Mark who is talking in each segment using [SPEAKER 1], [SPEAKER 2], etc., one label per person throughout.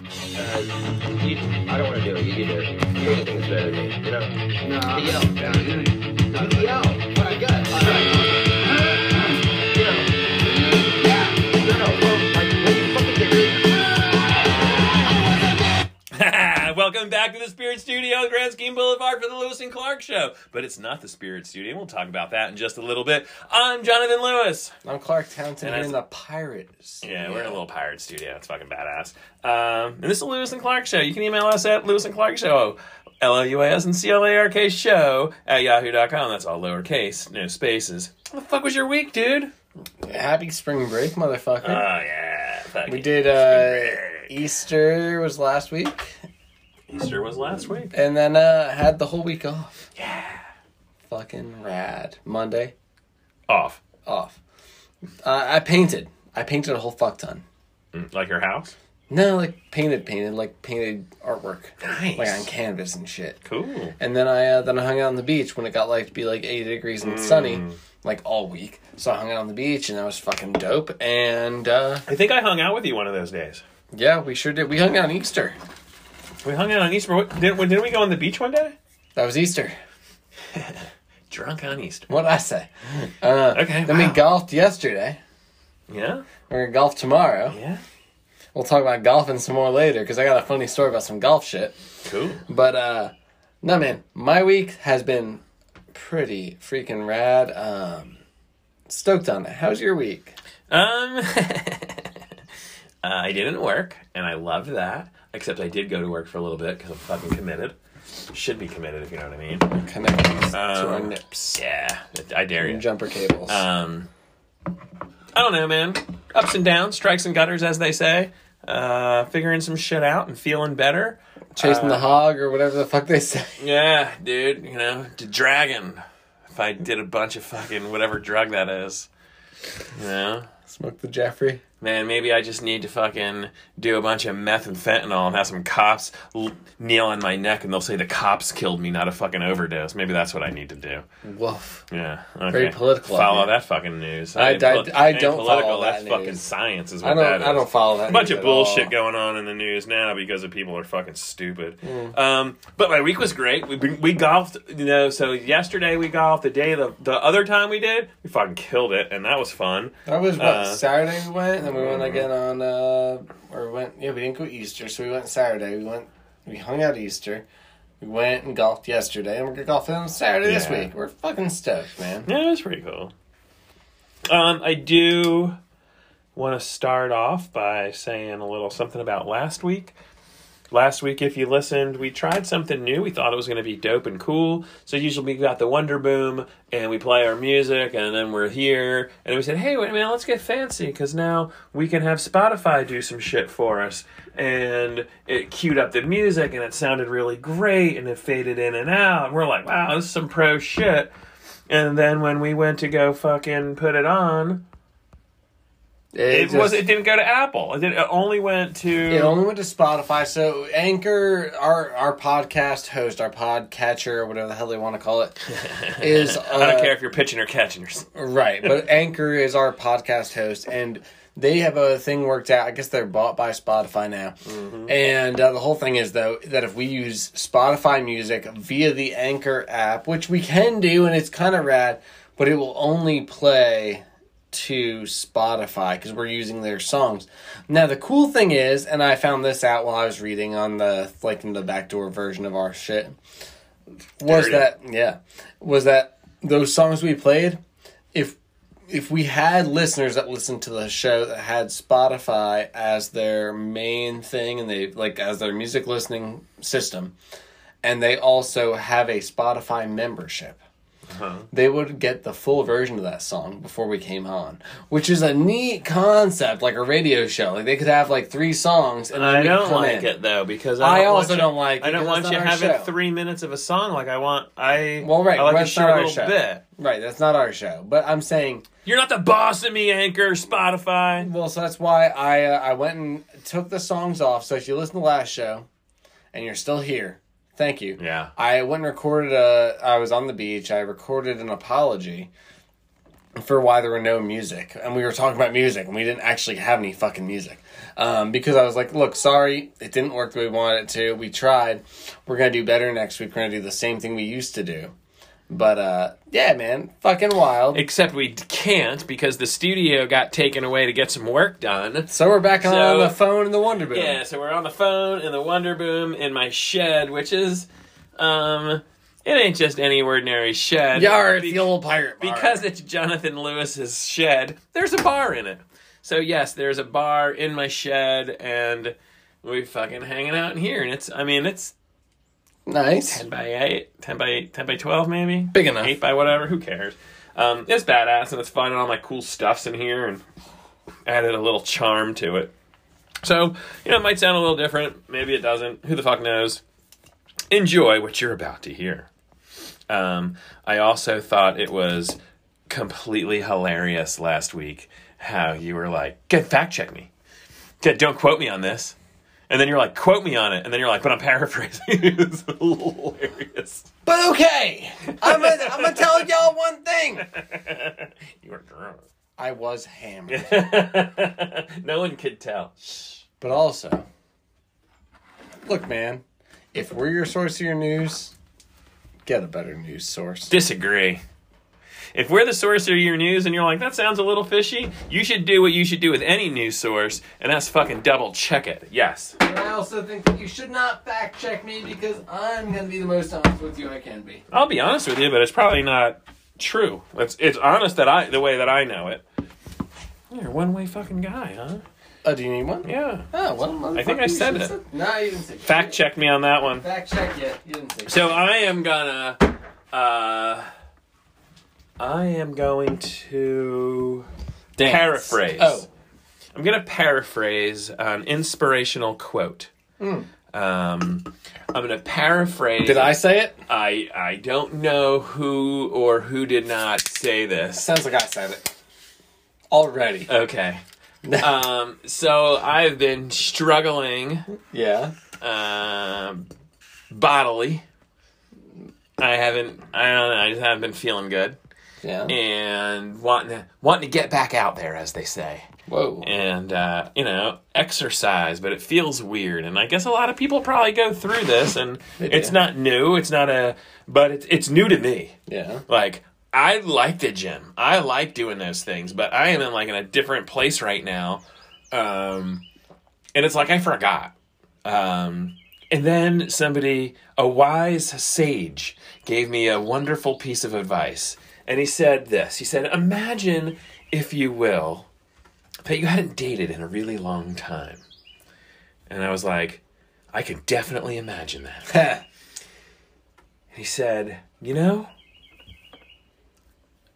[SPEAKER 1] because you, I don't want to do it. You do it. You always think it's better than me. You know?
[SPEAKER 2] No.
[SPEAKER 1] You yell.
[SPEAKER 2] Yeah, you-
[SPEAKER 1] You can yell. But I got it. You know? Yeah. No, no. Well, like, when you fucking get really
[SPEAKER 3] Welcome back to the Spirit Studio on Grand Scheme Boulevard for the Lewis and Clark Show. But it's not the Spirit Studio. We'll talk about that in just a little bit. I'm Jonathan Lewis.
[SPEAKER 4] I'm Clark Townsend
[SPEAKER 3] And
[SPEAKER 4] here
[SPEAKER 3] I-
[SPEAKER 4] in the Pirates.
[SPEAKER 3] Yeah, we're in a little pirate studio. It's fucking badass. Um, and this is the Lewis and Clark Show. You can email us at Lewis and Clark Show, L O U A S and C L A R K Show at yahoo.com. That's all lowercase, no spaces. What the fuck was your week, dude?
[SPEAKER 4] Happy spring break, motherfucker.
[SPEAKER 3] Oh, yeah. Fuck
[SPEAKER 4] we
[SPEAKER 3] it.
[SPEAKER 4] did uh, Easter was last week,
[SPEAKER 3] Easter was last week.
[SPEAKER 4] and then uh, had the whole week off. Yeah. Fucking rad. Monday
[SPEAKER 3] Off.
[SPEAKER 4] off. Uh, I painted. I painted a whole fuck ton.
[SPEAKER 3] Mm, Like your house?
[SPEAKER 4] No, like painted, painted, like painted artwork,
[SPEAKER 3] Nice.
[SPEAKER 4] like on canvas and shit.
[SPEAKER 3] Cool.
[SPEAKER 4] And then I uh, then I hung out on the beach when it got like to be like 80 degrees and sunny,
[SPEAKER 3] Mm.
[SPEAKER 4] like all week. So I hung out on the beach and that was fucking dope. And uh,
[SPEAKER 3] I think I hung out with you one of those days.
[SPEAKER 4] yeah, we sure did. We hung out on Easter.
[SPEAKER 3] We hung out on Easter. What- Didn't, didn't we go on the beach one day?
[SPEAKER 4] That was Easter.
[SPEAKER 3] Drunk on Easter.
[SPEAKER 4] What I say? Uh,
[SPEAKER 3] Okay,
[SPEAKER 4] Then
[SPEAKER 3] wow.
[SPEAKER 4] we golfed yesterday.
[SPEAKER 3] Yeah?
[SPEAKER 4] We're gonna golf tomorrow.
[SPEAKER 3] Yeah?
[SPEAKER 4] We'll talk about golfing some more later because I got a funny story about some golf shit.
[SPEAKER 3] Cool.
[SPEAKER 4] But uh, no, man, my week has been pretty freaking rad. Um, stoked on it. How's your week?
[SPEAKER 3] Um, I didn't work, and I loved that. Except I did go to work for a little bit because I'm fucking committed. Should be committed if you know what I mean.
[SPEAKER 4] Connections to our
[SPEAKER 3] Um,
[SPEAKER 4] nips.
[SPEAKER 3] Yeah, I dare you.
[SPEAKER 4] Jumper cables.
[SPEAKER 3] Um, I don't know, man. Ups and downs, strikes and gutters, as they say. Uh, figuring some shit out and feeling better.
[SPEAKER 4] Chasing
[SPEAKER 3] uh,
[SPEAKER 4] the hog or whatever the fuck they say.
[SPEAKER 3] Yeah, dude. You know, the dragon. If I did a bunch of fucking whatever drug that is, you know.
[SPEAKER 4] Smoke the Jeffrey.
[SPEAKER 3] Man, maybe I just need to fucking do a bunch of meth and fentanyl and have some cops l- kneel on my neck and they'll say the cops killed me, not a fucking overdose. Maybe that's what I need to do.
[SPEAKER 4] Woof.
[SPEAKER 3] Yeah. Okay.
[SPEAKER 4] Very political out
[SPEAKER 3] Follow
[SPEAKER 4] here.
[SPEAKER 3] that fucking news.
[SPEAKER 4] I-
[SPEAKER 3] ain't
[SPEAKER 4] I-
[SPEAKER 3] polit-
[SPEAKER 4] I
[SPEAKER 3] ain't
[SPEAKER 4] don't
[SPEAKER 3] political.
[SPEAKER 4] follow
[SPEAKER 3] That's
[SPEAKER 4] that
[SPEAKER 3] fucking
[SPEAKER 4] news.
[SPEAKER 3] science is what
[SPEAKER 4] I
[SPEAKER 3] that
[SPEAKER 4] don't.
[SPEAKER 3] is.
[SPEAKER 4] I don't follow that.
[SPEAKER 3] A bunch
[SPEAKER 4] news
[SPEAKER 3] of
[SPEAKER 4] at all.
[SPEAKER 3] bullshit going on in the news now because of people are fucking stupid.
[SPEAKER 4] Mm.
[SPEAKER 3] Um, but my week was great. We we golfed, you know. So yesterday we golfed. The day the the other time we did, we fucking killed it, and that was fun.
[SPEAKER 4] That was what
[SPEAKER 3] Uh, Mm-hmm.
[SPEAKER 4] Saturday we went, and then we went again on uh, or we went. Yeah, we didn't go Easter, so we went Saturday. We went. We hung out Easter. We went and golfed yesterday, and we're gonna golf on Saturday this
[SPEAKER 3] Yeah.
[SPEAKER 4] week. We're fucking stoked, man.
[SPEAKER 3] Yeah, that's pretty cool. Um, I do want to start off by saying a little something about last week. Last week, if you listened, we tried something new. We thought it was going to be dope and cool. So usually we got the Wonder Boom and we play our music, and then we're here. And we said, "Hey, wait a minute, let's get fancy because now we can have Spotify do some shit for us." And it queued up the music, and it sounded really great, and it faded in and out. And we're like, "Wow, this is some pro shit." And then when we went to go fucking put it on, it,
[SPEAKER 4] just-
[SPEAKER 3] was it didn't go to Apple. It, did, it only went to
[SPEAKER 4] It only went to Spotify, so Anchor, our our podcast host, our podcatcher, or whatever the hell they want to call it, is. Uh,
[SPEAKER 3] I don't care if you're pitching or catching or s-
[SPEAKER 4] Right, but Anchor is our podcast host, and they have a thing worked out. I guess they're bought by Spotify now, and uh, the whole thing is though that if we use Spotify music via the Anchor app, which we can do, and it's kind of rad, but it will only play to Spotify because we're using their songs. Now the cool thing is, and I found this out while I was reading on the like in the backdoor version of our shit, was
[SPEAKER 3] Dirty.
[SPEAKER 4] that yeah, was that those songs we played if if we had listeners that listened to the show that had Spotify as their main thing and they like as their music listening system and they also have a Spotify membership
[SPEAKER 3] Uh-huh.
[SPEAKER 4] they would get the full version of that song before we came on which is a neat concept like a radio show like they could have like three songs and then
[SPEAKER 3] I
[SPEAKER 4] we
[SPEAKER 3] don't
[SPEAKER 4] come
[SPEAKER 3] like
[SPEAKER 4] in.
[SPEAKER 3] it though because
[SPEAKER 4] I
[SPEAKER 3] I, don't want
[SPEAKER 4] also
[SPEAKER 3] you-
[SPEAKER 4] don't like it
[SPEAKER 3] I don't
[SPEAKER 4] because
[SPEAKER 3] want
[SPEAKER 4] it's
[SPEAKER 3] you
[SPEAKER 4] not our
[SPEAKER 3] having
[SPEAKER 4] show.
[SPEAKER 3] three minutes of a song. Like I want I
[SPEAKER 4] well right
[SPEAKER 3] I like a
[SPEAKER 4] that's not
[SPEAKER 3] short
[SPEAKER 4] our
[SPEAKER 3] little
[SPEAKER 4] show
[SPEAKER 3] bit.
[SPEAKER 4] right that's not our show but i'm saying
[SPEAKER 3] You're not the boss of me, Anchor Spotify.
[SPEAKER 4] Well, so that's why I uh, I went and took the songs off. So if you listen to last show, and you're still here, thank you.
[SPEAKER 3] Yeah.
[SPEAKER 4] uh, I went and recorded a. I was on the beach. I recorded an apology for why there were no music. And we were talking about music, and we didn't actually have any fucking music. Um, because I was like, look, sorry, it didn't work the way we wanted it to. We tried. We're going to do better next week. We're going to do the same thing we used to do. But uh, yeah, man, fucking wild.
[SPEAKER 3] Except we d- can't because the studio got taken away to get some work done.
[SPEAKER 4] so we're back on
[SPEAKER 3] So-
[SPEAKER 4] the phone in the Wonder Boom.
[SPEAKER 3] Yeah, so we're on the phone in the Wonder Boom in my shed, which is, um, it ain't just any ordinary shed.
[SPEAKER 4] Yar, it's
[SPEAKER 3] Be-
[SPEAKER 4] the old pirate bar.
[SPEAKER 3] because it's Jonathan Lewis's shed, there's a bar in it. So yes, there's a bar in my shed, and we fucking hanging out in here. And it's, I mean, it's
[SPEAKER 4] nice.
[SPEAKER 3] ten by eight, ten by eight, ten by twelve, maybe
[SPEAKER 4] Big enough.
[SPEAKER 3] eight by whatever. Who cares? Um, it's badass and it's fun, and all my cool stuff's in here, and added a little charm to it. So you know, it might sound a little different. Maybe it doesn't. Who the fuck knows? Enjoy what you're about to hear. Um, I also thought it was completely hilarious last week how you were like, "Good fact check me. Good, don't quote me on this." And then you're like, "Quote me on it." And then you're like, "But I'm paraphrasing." it was hilarious.
[SPEAKER 4] But okay, I'm gonna I'm gonna tell y'all one thing.
[SPEAKER 3] You were drunk.
[SPEAKER 4] I was hammered,
[SPEAKER 3] no one could tell.
[SPEAKER 4] but also, look, man, if we're your source of your news, get a better news source.
[SPEAKER 3] Disagree. If we're the source of your news and you're like, that sounds a little fishy, you should do what you should do with any news source, and that's fucking double check it. Yes.
[SPEAKER 4] And I also think that you should not fact check me because I'm gonna be the most honest with you I can be.
[SPEAKER 3] I'll be honest with you, but it's probably not true. It's it's honest that I the way that I know it. You're a one way fucking guy, huh?
[SPEAKER 4] Oh, do you need one?
[SPEAKER 3] Yeah.
[SPEAKER 4] Oh, well,
[SPEAKER 3] I think
[SPEAKER 4] motherfucker,
[SPEAKER 3] I
[SPEAKER 4] you
[SPEAKER 3] said
[SPEAKER 4] should've
[SPEAKER 3] it.
[SPEAKER 4] said- No, you didn't say
[SPEAKER 3] Fact check me on that one.
[SPEAKER 4] Fact check yet? You didn't say.
[SPEAKER 3] So I am gonna uh I am going to
[SPEAKER 4] Dance.
[SPEAKER 3] paraphrase.
[SPEAKER 4] Oh,
[SPEAKER 3] I'm going to paraphrase an inspirational quote. Um, I'm going to paraphrase.
[SPEAKER 4] Hmm. did I say it?
[SPEAKER 3] I I don't know who or who did not say this.
[SPEAKER 4] Sounds like I said it already.
[SPEAKER 3] Okay. Um, so I've been struggling
[SPEAKER 4] yeah.
[SPEAKER 3] um, bodily. I haven't. I don't know. I just haven't been feeling good
[SPEAKER 4] Yeah.
[SPEAKER 3] and wanting to wanting to get back out there, as they say.
[SPEAKER 4] Whoa.
[SPEAKER 3] and uh, you know exercise but it feels weird and i guess a lot of people probably go through this and
[SPEAKER 4] do.
[SPEAKER 3] it's not new it's not a but it's, it's new to me
[SPEAKER 4] Yeah.
[SPEAKER 3] like i like the gym i like doing those things but i am in like in a different place right now um and it's like i forgot um and then somebody a wise sage gave me a wonderful piece of advice and he said this he said imagine if you will that you hadn't dated in a really long time and i was like i can definitely imagine that he said, You know,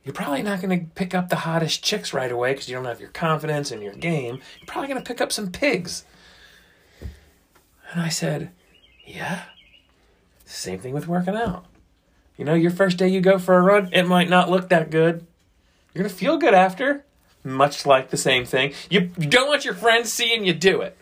[SPEAKER 3] you're probably not going to pick up the hottest chicks right away because you don't have your confidence in your game. You're probably going to pick up some pigs. And I said, Yeah. Same thing with working out. You know, your first day you go for a run, it might not look that good. You're going to feel good after. Much like the same thing. You, you don't want your friends seeing you do it.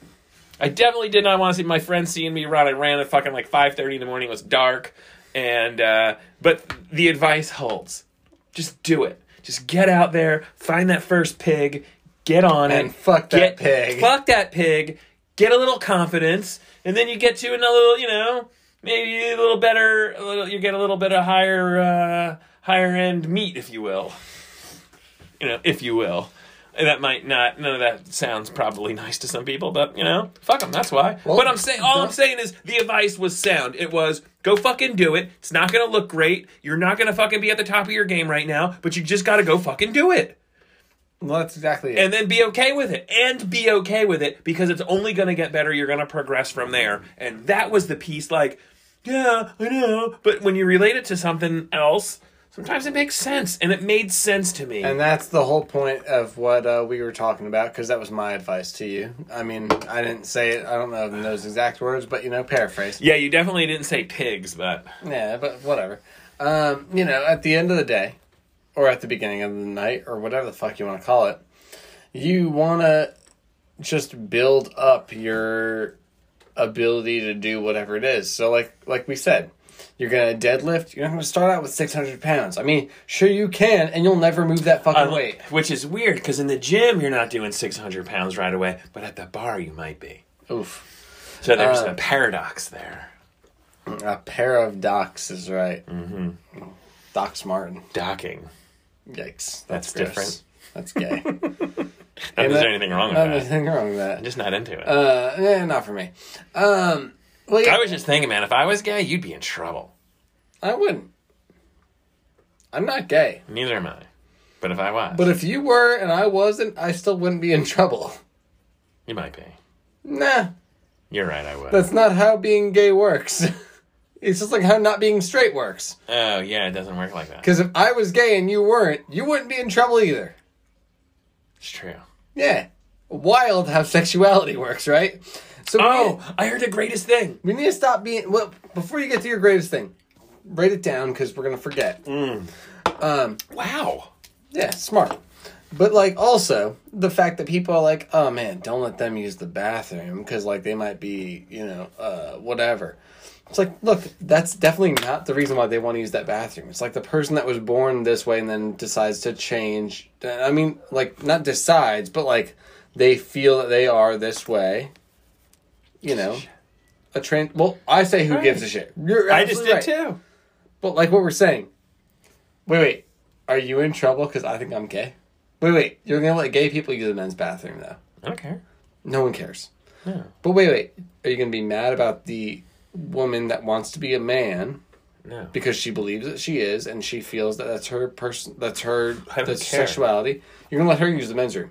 [SPEAKER 3] I definitely did not want to see my friends seeing me run. I ran at fucking like five thirty in the morning. It was dark, and uh, but the advice holds. Just do it. Just get out there, find that first pig, get on it,
[SPEAKER 4] And fuck that
[SPEAKER 3] get,
[SPEAKER 4] pig.
[SPEAKER 3] fuck that pig, get a little confidence, and then you get to another, little, you know, maybe a little better. A little, you get a little bit of higher, uh, higher end meat, if you will. You know, if you will. And that might not. None of that sounds probably nice to some people, but you know, fuck them. That's why.
[SPEAKER 4] Well,
[SPEAKER 3] but I'm saying, all I'm
[SPEAKER 4] the-
[SPEAKER 3] saying is, the advice was sound. It was go fucking do it. It's not gonna look great. You're not gonna fucking be at the top of your game right now, but you just gotta go fucking do it,
[SPEAKER 4] Well, that's exactly it.
[SPEAKER 3] and then be okay with it, and be okay with it because it's only gonna get better. You're gonna progress from there, and that was the piece. Like, yeah, I know, but when you relate it to something else, sometimes it makes sense, and it made sense to me.
[SPEAKER 4] And that's the whole point of what uh, we were talking about, because that was my advice to you. I mean, I didn't say it. I don't know those exact words, but you know, paraphrase.
[SPEAKER 3] yeah, you definitely didn't say pigs, but
[SPEAKER 4] Yeah, but whatever. Um, you know, at the end of the day, or at the beginning of the night, or whatever the fuck you want to call it, you want to just build up your ability to do whatever it is. So, like, like we said, You're gonna deadlift. You're not gonna start out with 600 pounds. I mean, sure you can, and you'll never move that fucking
[SPEAKER 3] Um,
[SPEAKER 4] weight.
[SPEAKER 3] Which is weird because in the gym you're not doing 600 pounds right away, but at the bar you might be.
[SPEAKER 4] Oof.
[SPEAKER 3] So there's
[SPEAKER 4] Uh,
[SPEAKER 3] a paradox there.
[SPEAKER 4] A pair of docs is right. Mm-hmm. Docs Martin.
[SPEAKER 3] Docking.
[SPEAKER 4] Yikes.
[SPEAKER 3] That's
[SPEAKER 4] That's, different.
[SPEAKER 3] different.
[SPEAKER 4] That's gay.
[SPEAKER 3] Not that
[SPEAKER 4] And
[SPEAKER 3] there's
[SPEAKER 4] that-
[SPEAKER 3] anything wrong with
[SPEAKER 4] Not
[SPEAKER 3] that.
[SPEAKER 4] anything wrong with
[SPEAKER 3] I'm
[SPEAKER 4] that.
[SPEAKER 3] just not into it.
[SPEAKER 4] Uh, eh, not for me. Um, well, yeah,
[SPEAKER 3] I was just thinking, man, if I was gay, you'd be in trouble.
[SPEAKER 4] I wouldn't. I'm not gay.
[SPEAKER 3] Neither am I. But if I was,
[SPEAKER 4] But if you were and I wasn't, I still wouldn't be in trouble.
[SPEAKER 3] you might be.
[SPEAKER 4] Nah,
[SPEAKER 3] You're right, I would.
[SPEAKER 4] that's not how being gay works. it's just like how not being straight works.
[SPEAKER 3] oh, yeah, it doesn't work like that.
[SPEAKER 4] Because if I was gay and you weren't, you wouldn't be in trouble either.
[SPEAKER 3] It's true.
[SPEAKER 4] Yeah. Wild how sexuality works, right? So we need-
[SPEAKER 3] Oh, I heard the greatest thing.
[SPEAKER 4] we need to stop being. Well, before you get to your greatest thing, write it down because we're gonna forget.
[SPEAKER 3] Wow.
[SPEAKER 4] Yeah, smart. But like also the fact that people are like, oh man, don't let them use the bathroom because like they might be, you know, uh, whatever. It's like, look, that's definitely not the reason why they want to use that bathroom. It's like the person that was born this way and then decides to change. I mean, like not decides, but like they feel that they are this way. You know, a trans. Well, I say who gives a shit. You're
[SPEAKER 3] I just
[SPEAKER 4] absolutely
[SPEAKER 3] did
[SPEAKER 4] right.
[SPEAKER 3] too.
[SPEAKER 4] But like what we're saying. Wait, wait. Are you in trouble because I think I'm gay? Wait, wait. You're gonna let gay people use the men's bathroom though.
[SPEAKER 3] I don't care.
[SPEAKER 4] No one cares.
[SPEAKER 3] No.
[SPEAKER 4] But wait, wait. Are you gonna be mad about the woman that wants to be a man
[SPEAKER 3] No.
[SPEAKER 4] because she believes that she is and she feels that that's her person, that's her
[SPEAKER 3] I don't
[SPEAKER 4] that's
[SPEAKER 3] care.
[SPEAKER 4] sexuality? You're gonna let her use the men's room.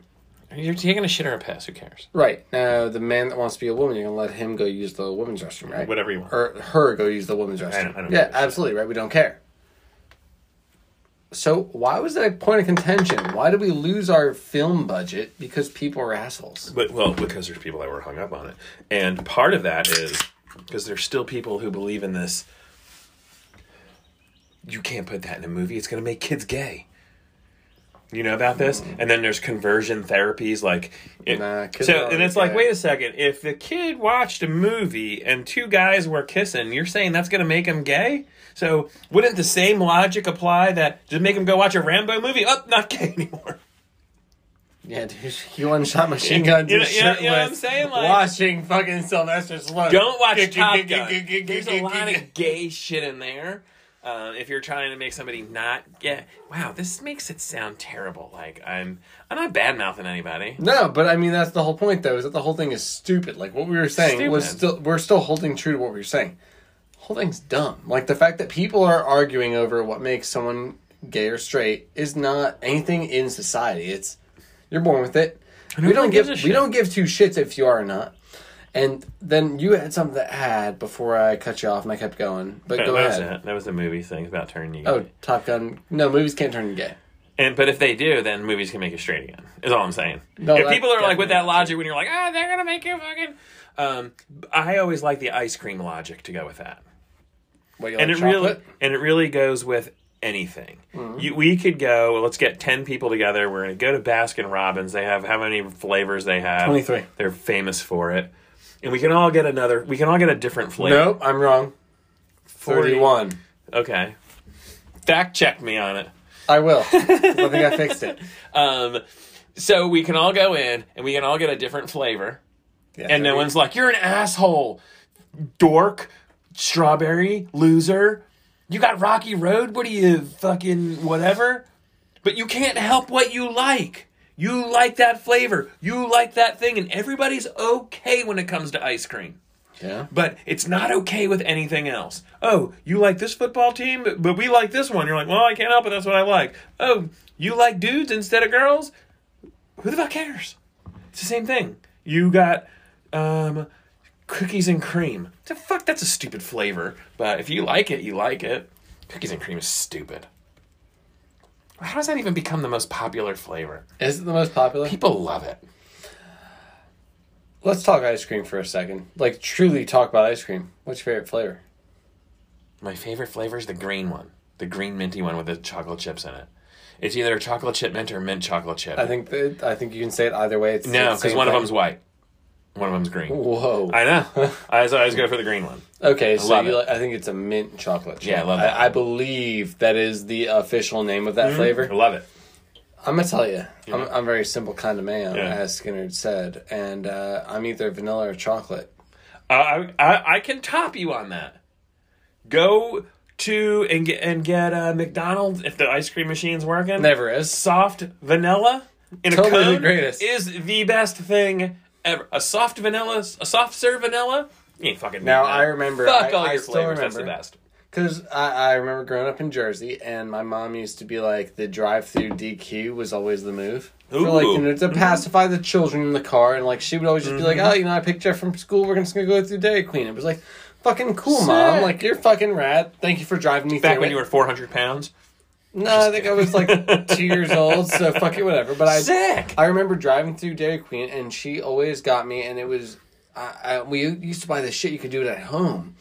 [SPEAKER 3] You're taking a shit or a piss. Who cares?
[SPEAKER 4] Right now, the man that wants to be a woman, you're gonna let him go use the women's restroom, right?
[SPEAKER 3] Whatever you want.
[SPEAKER 4] or her go use the women's restroom.
[SPEAKER 3] I don't
[SPEAKER 4] yeah,
[SPEAKER 3] give a shit.
[SPEAKER 4] absolutely right. We don't care. So why was that a point of contention? Why did we lose our film budget because people are assholes?
[SPEAKER 3] But well, because there's people that were hung up on it, and part of that is because there's still people who believe in this. You can't put that in a movie; it's going to make kids gay. You know about this, and then there's conversion therapies like. It,
[SPEAKER 4] Mm. Nah, kids are
[SPEAKER 3] so, and
[SPEAKER 4] already
[SPEAKER 3] it's like,
[SPEAKER 4] gay.
[SPEAKER 3] wait a second. If the kid watched a movie and two guys were kissing, you're saying that's going to make him gay? So, wouldn't the same logic apply that just make him go watch a Rambo movie? Up, not gay anymore.
[SPEAKER 4] Yeah, dude, you one shot machine gun.
[SPEAKER 3] You
[SPEAKER 4] You
[SPEAKER 3] know- you know- you know what I'm saying? Like-
[SPEAKER 4] watching fucking Sylvester Stallone.
[SPEAKER 3] Don't watch
[SPEAKER 4] Gig,
[SPEAKER 3] Top
[SPEAKER 4] gig,
[SPEAKER 3] Gun.
[SPEAKER 4] gig, gig,
[SPEAKER 3] There's a
[SPEAKER 4] gig,
[SPEAKER 3] lot
[SPEAKER 4] gig.
[SPEAKER 3] of gay shit in there. Um, if you're trying to make somebody not gay, wow, this makes it sound terrible. Like I'm, I'm not bad mouthing anybody.
[SPEAKER 4] No, but I mean that's the whole point though. Is that the whole thing is stupid? Like what we were saying was
[SPEAKER 3] Stupid.
[SPEAKER 4] still we're still holding true to what we were saying. Whole thing's dumb. Like the fact that people are arguing over what makes someone gay or straight is not anything in society. It's you're born with it. We
[SPEAKER 3] one
[SPEAKER 4] don't give
[SPEAKER 3] gives a
[SPEAKER 4] we
[SPEAKER 3] shit.
[SPEAKER 4] don't give two shits if you are or not. And then you had something to add before I cut you off and I kept going. But
[SPEAKER 3] But
[SPEAKER 4] go
[SPEAKER 3] that was
[SPEAKER 4] ahead.
[SPEAKER 3] it. That was the movie thing about turning you.
[SPEAKER 4] Oh,
[SPEAKER 3] gay.
[SPEAKER 4] Top Gun. No, movies can't turn you gay.
[SPEAKER 3] And but if they do, then movies can make you straight again. Is all I'm saying.
[SPEAKER 4] No,
[SPEAKER 3] if
[SPEAKER 4] that's
[SPEAKER 3] people are like with that
[SPEAKER 4] definitely-
[SPEAKER 3] logic, when you're like, ah, they're gonna make you fucking. Um, I always like the ice cream logic to go with that.
[SPEAKER 4] What, you
[SPEAKER 3] and
[SPEAKER 4] like
[SPEAKER 3] it really
[SPEAKER 4] chocolate? Mm-hmm.
[SPEAKER 3] and it really goes with anything. You, we could go. Let's get ten people together. We're gonna go to Baskin Robbins. They have how many flavors they have?
[SPEAKER 4] 23.
[SPEAKER 3] They're famous for it, and we can all get another. We can all get a different flavor.
[SPEAKER 4] Nope, I'm wrong.
[SPEAKER 3] 40.
[SPEAKER 4] Thirty one.
[SPEAKER 3] Okay, fact check me on it.
[SPEAKER 4] I will. 'cause I think I fixed it.
[SPEAKER 3] Um, so we can all go in and we can all get a different flavor,
[SPEAKER 4] Yeah,
[SPEAKER 3] and no one's like, "You're an asshole, dork, strawberry loser." You got Rocky Road? What are you fucking whatever? But you can't help what you like. You like that flavor. You like that thing, and everybody's okay when it comes to ice cream.
[SPEAKER 4] Yeah.
[SPEAKER 3] But it's not okay with anything else. Oh, you like this football team, but- but we like this one. You're like, well, I can't help it. That's what I like. Oh, you like dudes instead of girls? Who the fuck cares? It's the same thing. You got um, cookies and cream. The fuck, that's a stupid flavor. But if you like it, you like it. Cookies and cream is stupid. How does that even become the most popular flavor?
[SPEAKER 4] Is it the most popular?
[SPEAKER 3] People love it.
[SPEAKER 4] Let's talk ice cream for a second. Like, truly talk about ice cream. What's your favorite flavor?
[SPEAKER 3] My favorite flavor is the green one, the green minty one with the chocolate chips in it. It's either a chocolate chip mint or mint chocolate chip.
[SPEAKER 4] I think that I think you can say it either way. It's
[SPEAKER 3] no,
[SPEAKER 4] it's the
[SPEAKER 3] because
[SPEAKER 4] same
[SPEAKER 3] one of
[SPEAKER 4] thing.
[SPEAKER 3] them's white. One of them's green.
[SPEAKER 4] Whoa.
[SPEAKER 3] I know. I was- I always go for the green one.
[SPEAKER 4] okay, so
[SPEAKER 3] love
[SPEAKER 4] you
[SPEAKER 3] it.
[SPEAKER 4] like- I think it's a mint chocolate chip.
[SPEAKER 3] Yeah, I love that. Mm-hmm.
[SPEAKER 4] I, believe that is the official name of that flavor.
[SPEAKER 3] I love it.
[SPEAKER 4] I'm gonna tell you, I'm, I'm a very simple kind of man,
[SPEAKER 3] Yeah.
[SPEAKER 4] as Skinner said, and uh, I'm either vanilla or chocolate.
[SPEAKER 3] I, I I can top you on that. Go to and get and get uh, McDonald's if the ice cream machine's working.
[SPEAKER 4] Never is.
[SPEAKER 3] soft vanilla in
[SPEAKER 4] Totally
[SPEAKER 3] a
[SPEAKER 4] the
[SPEAKER 3] cone
[SPEAKER 4] greatest.
[SPEAKER 3] is the best thing ever. A soft vanilla, a soft serve vanilla. You ain't fucking.
[SPEAKER 4] Now
[SPEAKER 3] need that.
[SPEAKER 4] I remember.
[SPEAKER 3] Fuck
[SPEAKER 4] I,
[SPEAKER 3] all
[SPEAKER 4] I
[SPEAKER 3] your
[SPEAKER 4] still
[SPEAKER 3] flavors. That's
[SPEAKER 4] Remember,
[SPEAKER 3] the best.
[SPEAKER 4] Because I, I remember growing up in Jersey, and my mom used to be like, the drive through DQ was always the move. For like, you
[SPEAKER 3] Ooh.
[SPEAKER 4] know, to pacify the children in the car, and like, she would always just be like,
[SPEAKER 3] Mm-hmm.
[SPEAKER 4] oh, you know, I picked you up from school, we're just gonna go through Dairy Queen. It was like, fucking cool, mom.
[SPEAKER 3] Sick.
[SPEAKER 4] Like, you're fucking rad. Thank you for driving me
[SPEAKER 3] Back
[SPEAKER 4] through
[SPEAKER 3] when
[SPEAKER 4] it.
[SPEAKER 3] you were four hundred pounds.
[SPEAKER 4] No, I think I was like two years old, so fuck it, whatever. But I
[SPEAKER 3] Sick.
[SPEAKER 4] I remember driving through Dairy Queen, and she always got me, and it was I, I we used to buy the shit you could do it at home.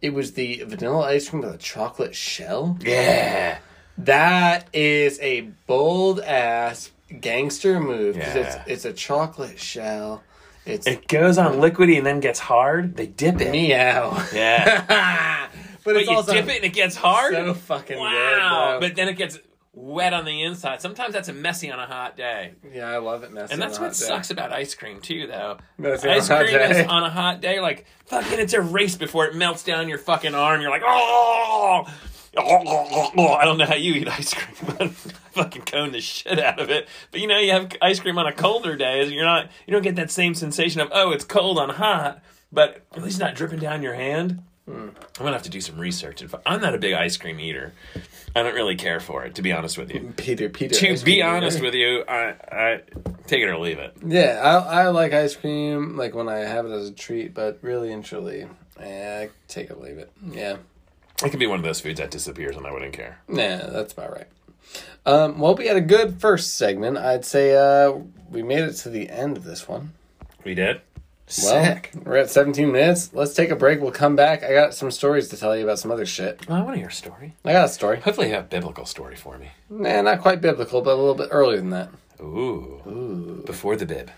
[SPEAKER 4] It was the vanilla ice cream with a chocolate shell.
[SPEAKER 3] Yeah.
[SPEAKER 4] That is a bold ass gangster move 'cause
[SPEAKER 3] Yeah.
[SPEAKER 4] it's it's a chocolate shell. It's
[SPEAKER 3] It goes on liquidy and then gets hard. They dip it.
[SPEAKER 4] meow.
[SPEAKER 3] Yeah.
[SPEAKER 4] but
[SPEAKER 3] but
[SPEAKER 4] it's
[SPEAKER 3] you
[SPEAKER 4] also
[SPEAKER 3] dip it and it gets hard.
[SPEAKER 4] so fucking
[SPEAKER 3] wow.
[SPEAKER 4] good. Bro.
[SPEAKER 3] But then it gets wet on the inside. Sometimes that's a messy on a hot day.
[SPEAKER 4] yeah, I love it. messy
[SPEAKER 3] And
[SPEAKER 4] on
[SPEAKER 3] that's
[SPEAKER 4] a
[SPEAKER 3] what
[SPEAKER 4] hot day.
[SPEAKER 3] sucks about ice cream too, though.
[SPEAKER 4] Messy on a
[SPEAKER 3] ice
[SPEAKER 4] hot
[SPEAKER 3] cream
[SPEAKER 4] day.
[SPEAKER 3] is on a hot day like fucking. It's a race before it melts down your fucking arm. You're like, oh, oh, oh, oh." I don't know how you eat ice cream, but I fucking cone the shit out of it. But you know, you have ice cream on a colder day, and you're not, you don't get that same sensation of oh, it's cold on hot, but at least not dripping down your hand.
[SPEAKER 4] Hmm.
[SPEAKER 3] I'm gonna have to do some research. and fi- I'm not a big ice cream eater. I don't really care for it, to be honest with you
[SPEAKER 4] Peter, Peter.
[SPEAKER 3] to
[SPEAKER 4] ice cream
[SPEAKER 3] be
[SPEAKER 4] eater.
[SPEAKER 3] honest with you, I, I take it or leave it.
[SPEAKER 4] Yeah, I, I like ice cream like when I have it as a treat, but really and truly, eh, take it or leave it. Yeah,
[SPEAKER 3] It could be one of those foods that disappears and I wouldn't care.
[SPEAKER 4] yeah, that's about right. Um, well, we had a good first segment. I'd say uh, we made it to the end of this one.
[SPEAKER 3] We did.
[SPEAKER 4] Well, we're at 17 minutes. Let's take a break. We'll come back. I got some stories to tell you about some other shit.
[SPEAKER 3] I want to hear a story.
[SPEAKER 4] I got a story.
[SPEAKER 3] Hopefully, you have a biblical story for me.
[SPEAKER 4] Nah, not quite biblical, but a little bit earlier than that.
[SPEAKER 3] Ooh. Before the bib.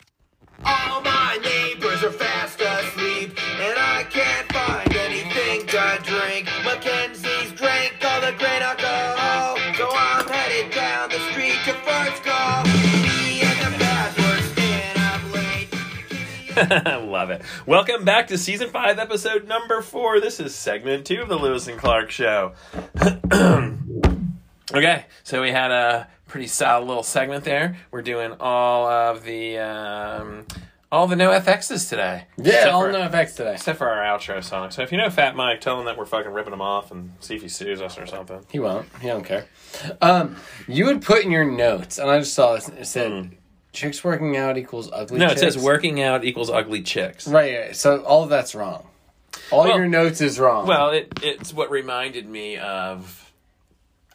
[SPEAKER 1] All my neighbors are fast asleep, and I can't find anything to drink. Mackenzie's drank all the great alcohol, so I'm headed down the street to first call. Me and the password stand up late.
[SPEAKER 3] I love it. Welcome back to season five, episode number four. This is segment two of the Lewis and Clark show. okay, so we had a pretty solid little segment there. We're doing all of the um, all the no FXs today.
[SPEAKER 4] Yeah,
[SPEAKER 3] Except
[SPEAKER 4] all
[SPEAKER 3] for-
[SPEAKER 4] no effects today.
[SPEAKER 3] Except for our outro song. So if you know Fat Mike, tell him that we're fucking ripping him off and see if he sues us or something.
[SPEAKER 4] He won't. He don't care. Um, you would put in your notes, and I just saw this. It said, "Chicks working out equals ugly."
[SPEAKER 3] Hmm. No,
[SPEAKER 4] chicks.
[SPEAKER 3] it says working out equals ugly chicks.
[SPEAKER 4] Right, right. So all of that's wrong. All
[SPEAKER 3] Well-
[SPEAKER 4] your notes is wrong.
[SPEAKER 3] Well, it, it's what reminded me of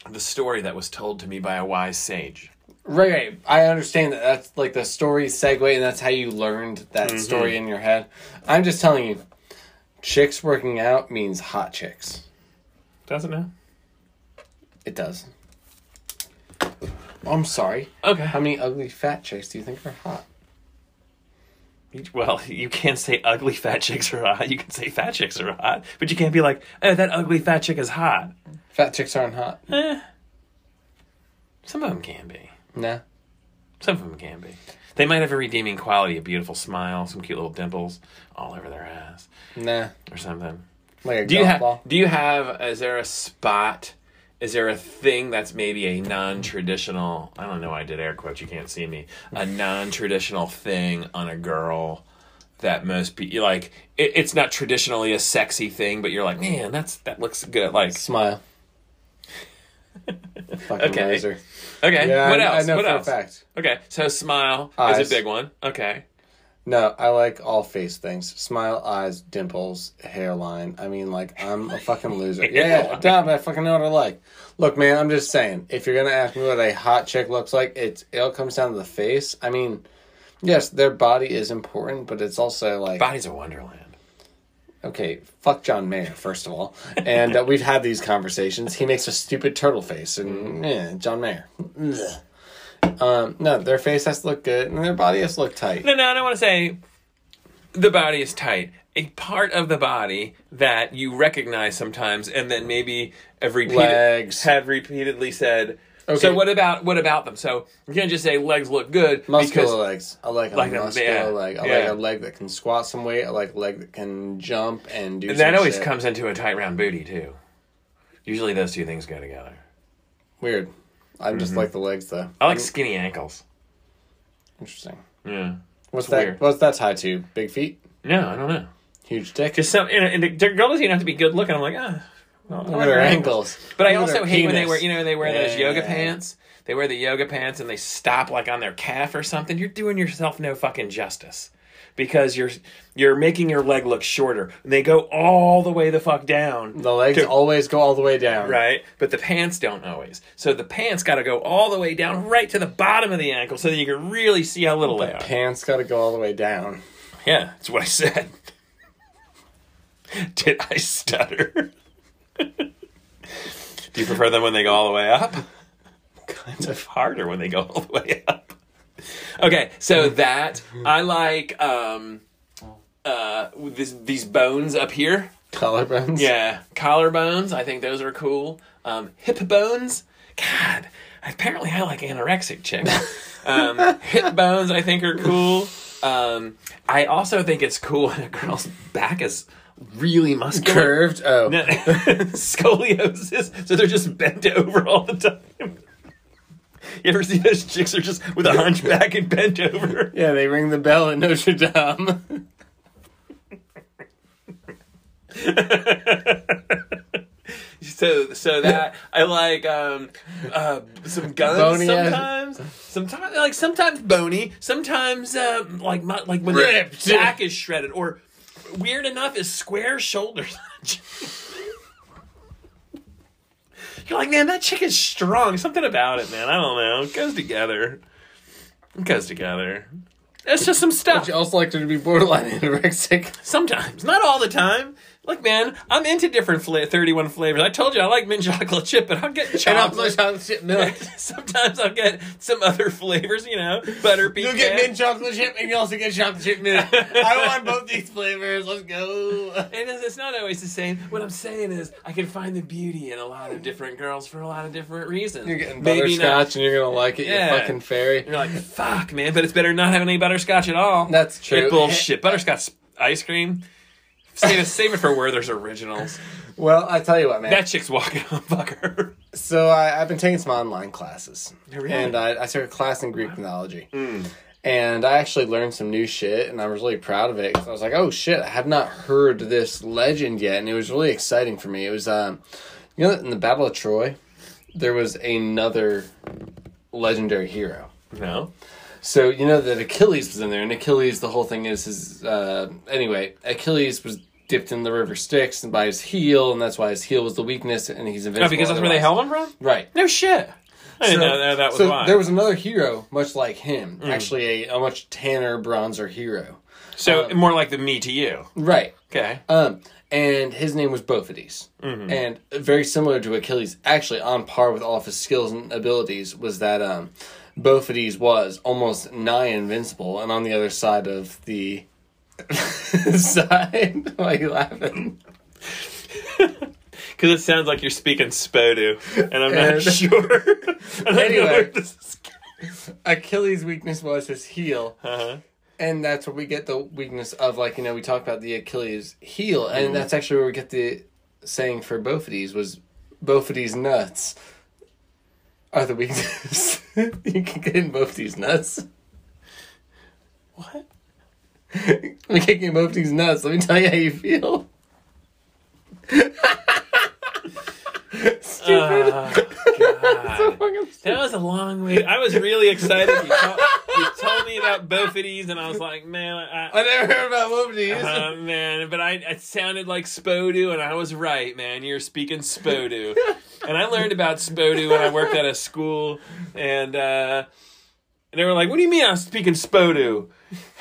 [SPEAKER 3] the story that was told to me by a wise sage.
[SPEAKER 4] right, right. I understand that. That's like the story segue, and that's how you learned that
[SPEAKER 3] Mm-hmm.
[SPEAKER 4] story in your head. I'm just telling you, chicks working out means hot chicks.
[SPEAKER 3] Doesn't it?
[SPEAKER 4] It does. I'm sorry.
[SPEAKER 3] Okay.
[SPEAKER 4] How many ugly fat chicks do you think are hot?
[SPEAKER 3] Well, you can't say ugly fat chicks are hot. You can say fat chicks are hot, but you can't be like, oh, that ugly fat chick is hot.
[SPEAKER 4] Fat chicks aren't hot.
[SPEAKER 3] Eh. Some of them can be.
[SPEAKER 4] Nah.
[SPEAKER 3] Some of them can be. They might have a redeeming quality, a beautiful smile, some cute little dimples all over their ass
[SPEAKER 4] Nah.
[SPEAKER 3] or something.
[SPEAKER 4] Like a
[SPEAKER 3] Do you
[SPEAKER 4] golf
[SPEAKER 3] have?
[SPEAKER 4] ball.
[SPEAKER 3] Do you have? Is there a spot? Is there a thing that's maybe a non-traditional? I don't know. I did air quotes. You can't see me. A non-traditional thing on a girl that most people like. It, it's not traditionally a sexy thing, but you're like, man, that's that looks good. Like,
[SPEAKER 4] Smile. Fucking
[SPEAKER 3] Okay.
[SPEAKER 4] loser.
[SPEAKER 3] okay,
[SPEAKER 4] Yeah,
[SPEAKER 3] what
[SPEAKER 4] I-
[SPEAKER 3] else?
[SPEAKER 4] I know
[SPEAKER 3] what
[SPEAKER 4] for
[SPEAKER 3] else?
[SPEAKER 4] a fact.
[SPEAKER 3] Okay, so smile
[SPEAKER 4] Eyes.
[SPEAKER 3] is a big one. Okay,
[SPEAKER 4] No, I like all face things. Smile, eyes, dimples, hairline. I mean, like, I'm a fucking loser. yeah, damn, I fucking know what I like. Look, man, I'm just saying, if you're going to ask me what a hot chick looks like, it's, it all comes down to the face. I mean, yes, their body is important, but it's also like,
[SPEAKER 3] body's a wonderland.
[SPEAKER 4] okay, fuck John Mayer, first of all. And uh, we've had these conversations. He makes a stupid turtle face, and eh, John Mayer. Ugh. Um, no, their face has to look good, and their body has to look tight.
[SPEAKER 3] No, no, I don't want to say the body is tight. A part of the body that you recognize sometimes, and then maybe have, repeated,
[SPEAKER 4] Legs.
[SPEAKER 3] have repeatedly said.
[SPEAKER 4] Okay.
[SPEAKER 3] So what about what about them? So you can't just say legs look good.
[SPEAKER 4] Muscular
[SPEAKER 3] because-
[SPEAKER 4] legs. I like a
[SPEAKER 3] Like a
[SPEAKER 4] muscular
[SPEAKER 3] man.
[SPEAKER 4] leg. I like
[SPEAKER 3] Yeah.
[SPEAKER 4] a leg that can squat some weight. I like a leg that can jump and do.
[SPEAKER 3] that
[SPEAKER 4] some
[SPEAKER 3] always
[SPEAKER 4] shit.
[SPEAKER 3] comes into a tight round booty too. Usually those two things go together.
[SPEAKER 4] weird. I just
[SPEAKER 3] Mm-hmm.
[SPEAKER 4] like the legs though.
[SPEAKER 3] I like skinny ankles.
[SPEAKER 4] Interesting.
[SPEAKER 3] Yeah.
[SPEAKER 4] What's
[SPEAKER 3] It's
[SPEAKER 4] that?
[SPEAKER 3] weird.
[SPEAKER 4] What's that tied to? Big feet,
[SPEAKER 3] No, I don't know.
[SPEAKER 4] huge dick.
[SPEAKER 3] Just some, and, and the girls even have to be good looking. I'm like, ah. well, I
[SPEAKER 4] Look
[SPEAKER 3] like
[SPEAKER 4] at their
[SPEAKER 3] her
[SPEAKER 4] ankles.
[SPEAKER 3] But I
[SPEAKER 4] Look at
[SPEAKER 3] also
[SPEAKER 4] their
[SPEAKER 3] hate when they
[SPEAKER 4] penis.
[SPEAKER 3] wear, you know, they wear those
[SPEAKER 4] Yeah.
[SPEAKER 3] yoga pants. They wear the yoga pants and they stop like on their calf or something. You're doing yourself no fucking justice because you're you're making your leg look shorter. They go all the way the fuck down.
[SPEAKER 4] The legs
[SPEAKER 3] to-
[SPEAKER 4] always go all the way down.
[SPEAKER 3] right, but the pants don't always. So the pants got to go all the way down, right to the bottom of the ankle, so that you can really see how little they are.
[SPEAKER 4] Pants got to go all the way down.
[SPEAKER 3] Yeah, that's what I said. Did I stutter? Do you prefer them when they go all the way up? Kind of harder when they go all the way up. Okay, so that I like um uh this, these bones up here.
[SPEAKER 4] Collarbones.
[SPEAKER 3] Yeah, collarbones. I think those are cool. Um, hip bones. God, apparently I like anorexic chicks. Um, hip bones, I think, are cool. Um, I also think it's cool when a girl's back is really muscular.
[SPEAKER 4] Curved. Oh,
[SPEAKER 3] No, Scoliosis, so they're just bent over all the time. You ever see those chicks are just with a hunchback and bent over?
[SPEAKER 4] yeah. They ring the bell at Notre Dame.
[SPEAKER 3] So so that I like um uh some guns
[SPEAKER 4] Bony ass-
[SPEAKER 3] sometimes. Sometimes like sometimes bony, sometimes um like mu- like when their
[SPEAKER 4] Ripped.
[SPEAKER 3] back is shredded or weird enough is square shoulders. You're like, man, that chick is strong. Something about it, man. I don't know. It goes together. It goes together. It's just some stuff.
[SPEAKER 4] Would you also like to be borderline anorexic?
[SPEAKER 3] Sometimes, not all the time. Like, man, I'm into different fla- 31 flavors. I told you I like mint chocolate chip, but I'll get
[SPEAKER 4] And I'll
[SPEAKER 3] chocolate.
[SPEAKER 4] push out shit milk.
[SPEAKER 3] Sometimes I'll get some other flavors, you know, butter pecan.
[SPEAKER 4] You'll get mint chocolate chip and you also get chocolate chip milk. I want both these flavors. Let's go.
[SPEAKER 3] And it's, it's not always the same. What I'm saying is, I can find the beauty in a lot of different girls for a lot of different reasons.
[SPEAKER 4] You're getting
[SPEAKER 3] Maybe not.
[SPEAKER 4] butterscotch and you're gonna like it.
[SPEAKER 3] Yeah.
[SPEAKER 4] You're fucking fairy.
[SPEAKER 3] You're like, fuck, man, but it's better not having any butterscotch at all.
[SPEAKER 4] That's true.
[SPEAKER 3] It bullshit. Butterscotch ice cream. Save it, save it for Werther's originals.
[SPEAKER 4] Well, I tell you what, man.
[SPEAKER 3] That chick's walking on fucker.
[SPEAKER 4] so I, I've been taking some online classes,
[SPEAKER 3] really? Mm.
[SPEAKER 4] and I, I took a class in Greek mythology, and I actually learned some new shit, and I was really proud of it 'cause I was like, oh shit, I have not heard this legend yet, and it was really exciting for me. It was, um, you know, in the Battle of Troy, there was another legendary hero.
[SPEAKER 3] No.
[SPEAKER 4] So you know that Achilles was in there, and Achilles, the whole thing is his. Uh, anyway, Achilles was dipped in the river Styx and by his heel, and that's why his heel was the weakness, and he's invincible.
[SPEAKER 3] No, Oh, because that's where they
[SPEAKER 4] otherwise.
[SPEAKER 3] held him from?
[SPEAKER 4] Right.
[SPEAKER 3] No shit. I didn't
[SPEAKER 4] So-
[SPEAKER 3] know that, that was
[SPEAKER 4] so
[SPEAKER 3] why.
[SPEAKER 4] there was Mm. another hero much like him, actually a, a much tanner bronzer hero.
[SPEAKER 3] so
[SPEAKER 4] Um,
[SPEAKER 3] more like the me to you.
[SPEAKER 4] Right.
[SPEAKER 3] Okay.
[SPEAKER 4] Um, and his name was Bophides, and very similar to Achilles. Actually, on par with all of his skills and abilities, was that um, Bophides was almost nigh invincible, and on the other side of the side, why are you laughing?
[SPEAKER 3] Because it sounds like you're speaking Spodu, and I'm not
[SPEAKER 4] And-
[SPEAKER 3] sure. I don't know where
[SPEAKER 4] Anyway.
[SPEAKER 3] this is going.
[SPEAKER 4] Achilles' weakness was his heel,
[SPEAKER 3] Uh-huh.
[SPEAKER 4] and that's where we get the weakness of like you know we talk about the Achilles heel,
[SPEAKER 3] Mm-hmm.
[SPEAKER 4] and that's actually where we get the saying for Bophides was Bophides nuts are the weakness. you can get in Bophides nuts.
[SPEAKER 3] What?
[SPEAKER 4] We can get Bophides nuts. Let me tell you how you feel. Stupid.
[SPEAKER 3] Oh, God.
[SPEAKER 4] Fucking stupid.
[SPEAKER 3] That was a long way. I was really excited. You, told- you told me about Bofides, and I was like, man, I,
[SPEAKER 4] I never heard about Bophides.
[SPEAKER 3] uh, man, but I it sounded like Spodu, and I was right, man. You're speaking Spodu, and I learned about Spodu when I worked at a school, and uh, and they were like, "What do you mean I'm speaking Spodu?"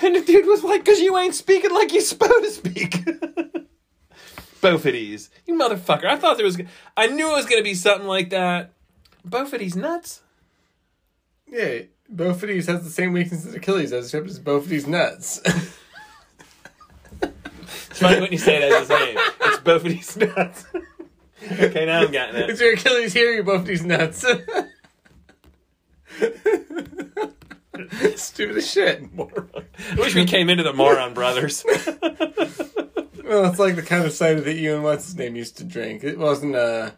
[SPEAKER 3] And the dude was like, "Cause you ain't speaking like you supposed to speak." Bofides, you motherfucker! I thought there was, I knew it was gonna be something like that. Bofides nuts.
[SPEAKER 4] Yeah, Bophides has the same weakness as Achilles, as except it's Bophides nuts.
[SPEAKER 3] It's funny when you say it as his name. It's Bofity's nuts. okay, now I'm getting
[SPEAKER 4] It's
[SPEAKER 3] it.
[SPEAKER 4] your Achilles here, you're both these nuts. Stupid as shit.
[SPEAKER 3] I wish we came into the Moron Brothers.
[SPEAKER 4] Well, it's like the kind of cider that you and what's his name used to drink. It wasn't uh,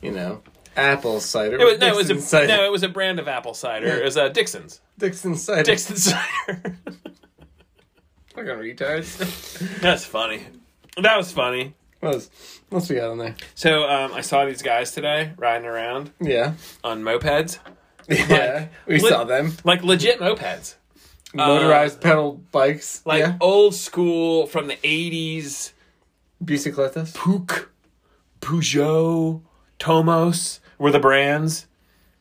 [SPEAKER 4] you know, apple cider.
[SPEAKER 3] It was, no, it was a,
[SPEAKER 4] Dixon's cider.
[SPEAKER 3] no, it was a brand of apple cider. It was uh, Dixon's.
[SPEAKER 4] Dixon cider.
[SPEAKER 3] Dixon cider.
[SPEAKER 4] Fucking retards.
[SPEAKER 3] That's funny. That was funny.
[SPEAKER 4] was what's we got on there?
[SPEAKER 3] So um, I saw these guys today riding around
[SPEAKER 4] Yeah,
[SPEAKER 3] on mopeds,
[SPEAKER 4] yeah. We
[SPEAKER 3] Lit-
[SPEAKER 4] saw them
[SPEAKER 3] like legit mopeds,
[SPEAKER 4] motorized pedal bikes.
[SPEAKER 3] uh, like
[SPEAKER 4] yeah.
[SPEAKER 3] old school from the '80s.
[SPEAKER 4] Bicicletas.
[SPEAKER 3] Puke, Peugeot, Tomos were the brands.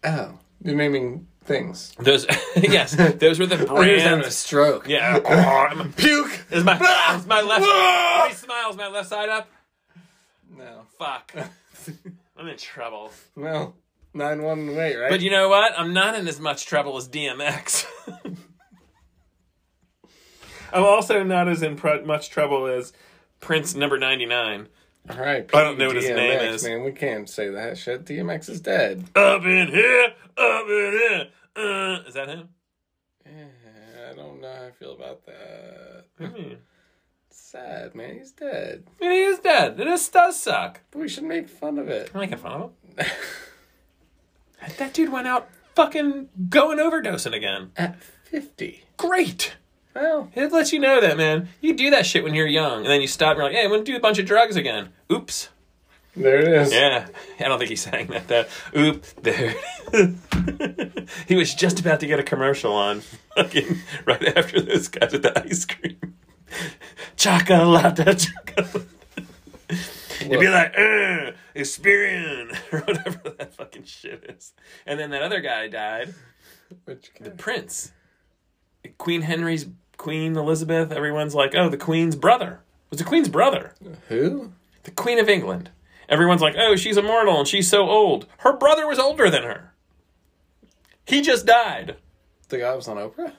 [SPEAKER 4] Oh, you're naming things.
[SPEAKER 3] Those yes, those were the
[SPEAKER 4] You're having a
[SPEAKER 3] brands.
[SPEAKER 4] stroke.
[SPEAKER 3] Oh, Yeah,
[SPEAKER 4] Puke.
[SPEAKER 3] is my is my left? when he smiles, my left side up.
[SPEAKER 4] No.
[SPEAKER 3] Fuck, I'm in trouble.
[SPEAKER 4] Well, nine one eight, right?
[SPEAKER 3] But you know what? I'm not in as much trouble as DMX. I'm also not as in pr- much trouble as Prince number 99.
[SPEAKER 4] All right.
[SPEAKER 3] I don't know what his name
[SPEAKER 4] DMX,
[SPEAKER 3] is.
[SPEAKER 4] Man, we can't say that shit. DMX is dead.
[SPEAKER 3] Up in here, up in here. Uh, is that him?
[SPEAKER 4] Yeah, I don't know how I feel about that.
[SPEAKER 3] Hmm.
[SPEAKER 4] Sad, man. He's dead.
[SPEAKER 3] Yeah, he is dead. It is, does suck.
[SPEAKER 4] But we should make fun of it.
[SPEAKER 3] I'm making fun of him. That dude went out fucking going overdosing again.
[SPEAKER 4] At 50.
[SPEAKER 3] Great.
[SPEAKER 4] Well,
[SPEAKER 3] It lets you know that, man. You do that shit when you're young, and then you stop and you're like, hey, I'm going to do a bunch of drugs again. Oops.
[SPEAKER 4] there it is.
[SPEAKER 3] Yeah, I don't think he sang that. That oop there. he was just about to get a commercial on, fucking right after those guys with the ice cream. Chocolate, chocolate. You'd be like, uh, Experian, or whatever that fucking shit is. And then that other guy died,
[SPEAKER 4] Which guy?
[SPEAKER 3] Prince, Queen Henry's Queen Elizabeth. Everyone's like, oh, the Queen's brother. It was the Queen's brother
[SPEAKER 4] Who?
[SPEAKER 3] the Queen of England. Everyone's like, oh, she's immortal and she's so old. Her brother was older than her. He just died.
[SPEAKER 4] The guy that was on Oprah?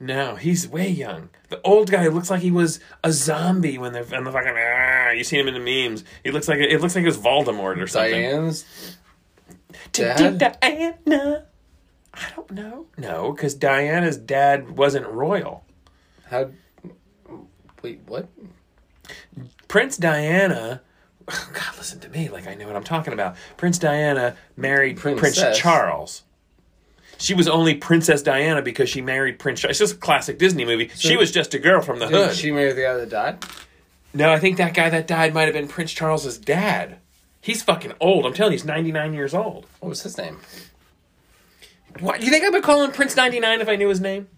[SPEAKER 3] No, he's way young. The old guy looks like he was a zombie when they're and the fucking ah, you seen him in the memes. He looks like it looks like it was Voldemort or something.
[SPEAKER 4] Diane's?
[SPEAKER 3] To
[SPEAKER 4] Dad?
[SPEAKER 3] do Diana. I don't know. No, because Diana's dad wasn't royal.
[SPEAKER 4] How. Wait, what?
[SPEAKER 3] Prince Diana. God, listen to me like I know what I'm talking about. Prince Diana married Prince
[SPEAKER 4] Princess.
[SPEAKER 3] Charles. She was only Princess Diana because she married Prince Charles. It's just a classic Disney movie. she was just a girl from the
[SPEAKER 4] Did
[SPEAKER 3] hood.
[SPEAKER 4] she marry the guy that died?
[SPEAKER 3] no, I think that guy that died might have been Prince Charles's dad. He's fucking old. I'm telling you, he's 99 years old.
[SPEAKER 4] What was his name?
[SPEAKER 3] What? You think I would call him Prince 99 if I knew his name?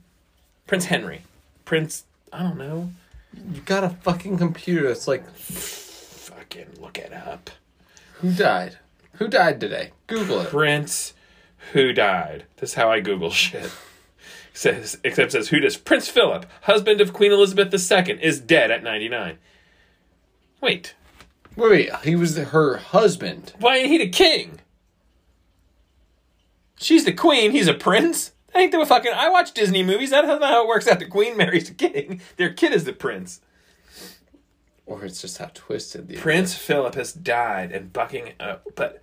[SPEAKER 3] Prince Henry. Prince. I don't know.
[SPEAKER 4] You got a fucking computer that's like,
[SPEAKER 3] Fucking look it up.
[SPEAKER 4] who died? Who died today? Google it.
[SPEAKER 3] Prince who died. That's how I Google shit. Says except says who does Prince Philip, husband of Queen Elizabeth II, is dead at ninety nine. Wait,
[SPEAKER 4] Wait, wait, he was her husband.
[SPEAKER 3] why ain't he the king? She's the queen. He's a prince. I think they were fucking. I watch Disney movies. That's not how it works out. The queen marries the king. Their kid is the prince.
[SPEAKER 4] Or it's just how twisted the.
[SPEAKER 3] Prince Philip has died and bucking up. But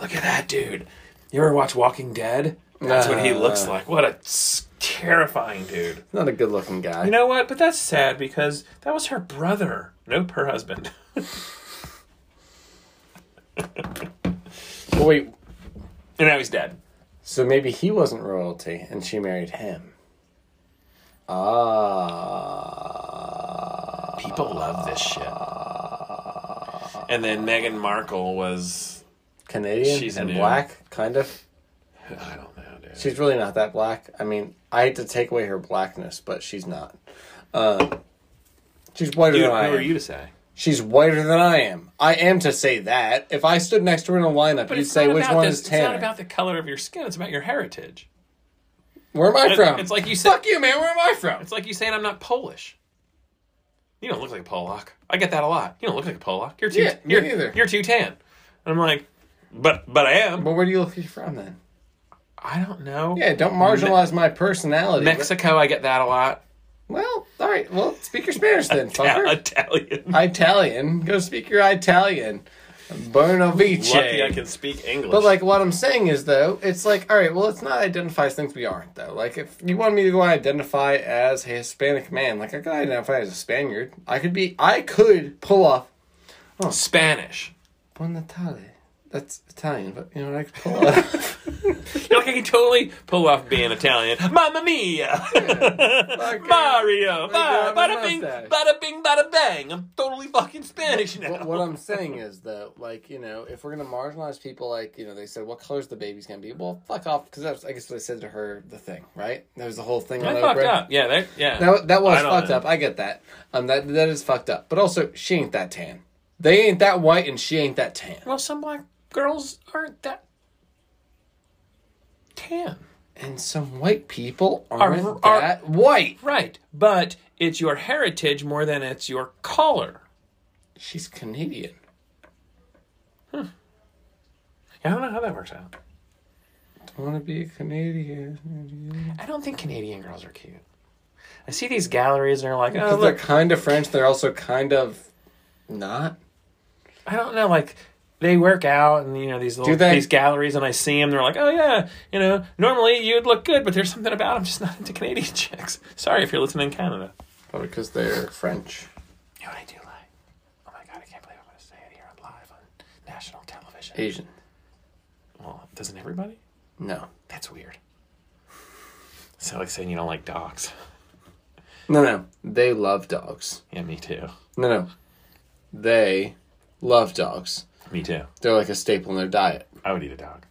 [SPEAKER 3] look at that dude. You ever watch Walking Dead? That's what he
[SPEAKER 4] Uh.
[SPEAKER 3] looks like. What a s- terrifying dude.
[SPEAKER 4] Not a good looking guy.
[SPEAKER 3] You know what? But that's sad because that was her brother. Nope, her husband.
[SPEAKER 4] But wait,
[SPEAKER 3] And now he's dead.
[SPEAKER 4] so maybe he wasn't royalty and she married him. Ah.
[SPEAKER 3] People love this shit. And then Meghan Markle was.
[SPEAKER 4] Canadian
[SPEAKER 3] She's
[SPEAKER 4] and
[SPEAKER 3] new.
[SPEAKER 4] black, kind of.
[SPEAKER 3] I don't know, dude.
[SPEAKER 4] She's really not that black. I mean, I hate to take away her blackness, but she's not. Uh, she's whiter
[SPEAKER 3] Dude,
[SPEAKER 4] than I
[SPEAKER 3] who
[SPEAKER 4] am.
[SPEAKER 3] are you to say?
[SPEAKER 4] She's whiter than I am. I am to say that. If I stood next to her in a lineup, you'd say which one is
[SPEAKER 3] It's not
[SPEAKER 4] Tanner.
[SPEAKER 3] about the color of your skin, it's about your heritage.
[SPEAKER 4] Where am I from?
[SPEAKER 3] It's like you said.
[SPEAKER 4] Fuck you, man. Where am I from?
[SPEAKER 3] It's like you saying I'm not Polish. You don't look like a Pollock. I get that a lot. You don't look like a Pollock. You're too
[SPEAKER 4] Yeah, me
[SPEAKER 3] you're,
[SPEAKER 4] neither.
[SPEAKER 3] You're too tan. And I'm like, but but I am.
[SPEAKER 4] But where do you look from then?
[SPEAKER 3] I don't know.
[SPEAKER 4] Yeah, don't marginalize my personality.
[SPEAKER 3] Mexico, I get that a lot.
[SPEAKER 4] Well, All right. Well, speak your Spanish then, fucker.
[SPEAKER 3] Italian.
[SPEAKER 4] Italian. Go speak your Italian. Bernovice.
[SPEAKER 3] Lucky I can speak English.
[SPEAKER 4] But like what I'm saying is though, it's like all right, well, let's not identify as things we aren't though. Like if you want me to go identify as a Hispanic man, like I could identify as a Spaniard. I could be, I could pull off
[SPEAKER 3] Spanish.
[SPEAKER 4] Bonatale. That's Italian, but you know I could pull off.
[SPEAKER 3] You're like I can totally pull off being Italian. Mamma mia,
[SPEAKER 4] Fucking-
[SPEAKER 3] Mario, ba-
[SPEAKER 4] got uh, my
[SPEAKER 3] bada bing,
[SPEAKER 4] mustache.
[SPEAKER 3] bada bing, bada bang. I'm totally fucking Spanish now.
[SPEAKER 4] What, what I'm saying is though, like you know, if we're gonna marginalize people, like you know, they said, "What color's the baby's gonna be?" Well, fuck off, because that's I guess what I said to her. The thing, right? That was the whole thing.
[SPEAKER 3] I
[SPEAKER 4] on
[SPEAKER 3] fucked
[SPEAKER 4] Oprah.
[SPEAKER 3] up. Yeah, that, yeah.
[SPEAKER 4] That, that was
[SPEAKER 3] I don't
[SPEAKER 4] fucked
[SPEAKER 3] know.
[SPEAKER 4] up. I get that. Um, that that is fucked up. But also, she ain't that tan. They ain't that white, and she ain't that tan.
[SPEAKER 3] Well, some black girls aren't that tan.
[SPEAKER 4] And some white people
[SPEAKER 3] Are-
[SPEAKER 4] aren't
[SPEAKER 3] are-
[SPEAKER 4] that white.
[SPEAKER 3] Right, but it's your heritage more than it's your color.
[SPEAKER 4] She's Canadian.
[SPEAKER 3] I don't know how that works out.
[SPEAKER 4] Want to be a Canadian?
[SPEAKER 3] I don't think Canadian girls are cute. I see these galleries and they're like, oh,
[SPEAKER 4] 'Cause they're
[SPEAKER 3] look,
[SPEAKER 4] kind of French. They're also kind of not.
[SPEAKER 3] I don't know, like they work out and you know these little
[SPEAKER 4] Do they?
[SPEAKER 3] these galleries and I see them. They're like, oh yeah, you know, normally you'd look good, but there's something about them. Just not into Canadian chicks. Sorry if you're listening in Canada.
[SPEAKER 4] Probably because they're French.
[SPEAKER 3] You know what I do like? Oh my god, I can't believe I'm going to say it here on live on national television.
[SPEAKER 4] Asian.
[SPEAKER 3] Well, doesn't everybody?
[SPEAKER 4] No.
[SPEAKER 3] That's weird. It's like saying you don't like dogs.
[SPEAKER 4] No, no. They love dogs.
[SPEAKER 3] Yeah, me too.
[SPEAKER 4] No, no. They love dogs.
[SPEAKER 3] Me too.
[SPEAKER 4] They're like a staple in their diet.
[SPEAKER 3] I would eat a dog.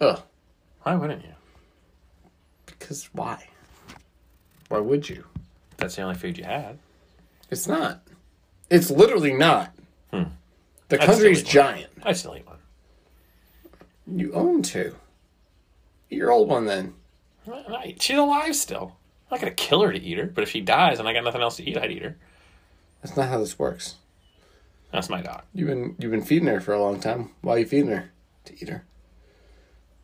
[SPEAKER 4] Ugh.
[SPEAKER 3] Why wouldn't you?
[SPEAKER 4] Because why? Why would you?
[SPEAKER 3] That's the only food you had.
[SPEAKER 4] It's not. It's literally not. The
[SPEAKER 3] Hmm. That's
[SPEAKER 4] country's
[SPEAKER 3] silly.
[SPEAKER 4] giant.
[SPEAKER 3] I still eat one.
[SPEAKER 4] You own two. Eat your old one then.
[SPEAKER 3] I- I- She's alive still. I'm not gonna kill her to eat her, but if she dies and I got nothing else to eat, I'd eat her.
[SPEAKER 4] That's not how this works.
[SPEAKER 3] That's my dog.
[SPEAKER 4] You've been you've been feeding her for a long time. Why are you feeding her? To eat her.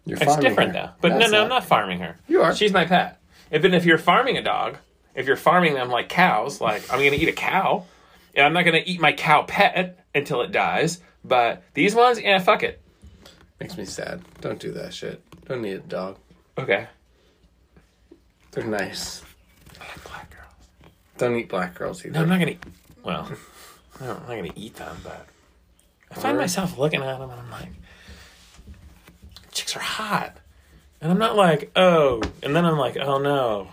[SPEAKER 4] You're
[SPEAKER 3] It's different though. But no,
[SPEAKER 4] That's
[SPEAKER 3] no, I'm not farming her.
[SPEAKER 4] You are.
[SPEAKER 3] She's my pet. Even if you're farming a dog, if you're farming them like cows, like I'm gonna eat a cow, and I'm not gonna eat my cow pet until it dies. But these ones, yeah, fuck it.
[SPEAKER 4] Makes me sad. Don't do that shit. Don't eat a dog.
[SPEAKER 3] Okay.
[SPEAKER 4] They're nice.
[SPEAKER 3] Black girls.
[SPEAKER 4] Don't eat black girls either.
[SPEAKER 3] No, I'm not gonna. Well, I don't, I'm not gonna eat them, but I find myself looking at them and I'm like, chicks are hot, and I'm not like, oh, and then I'm like, oh no,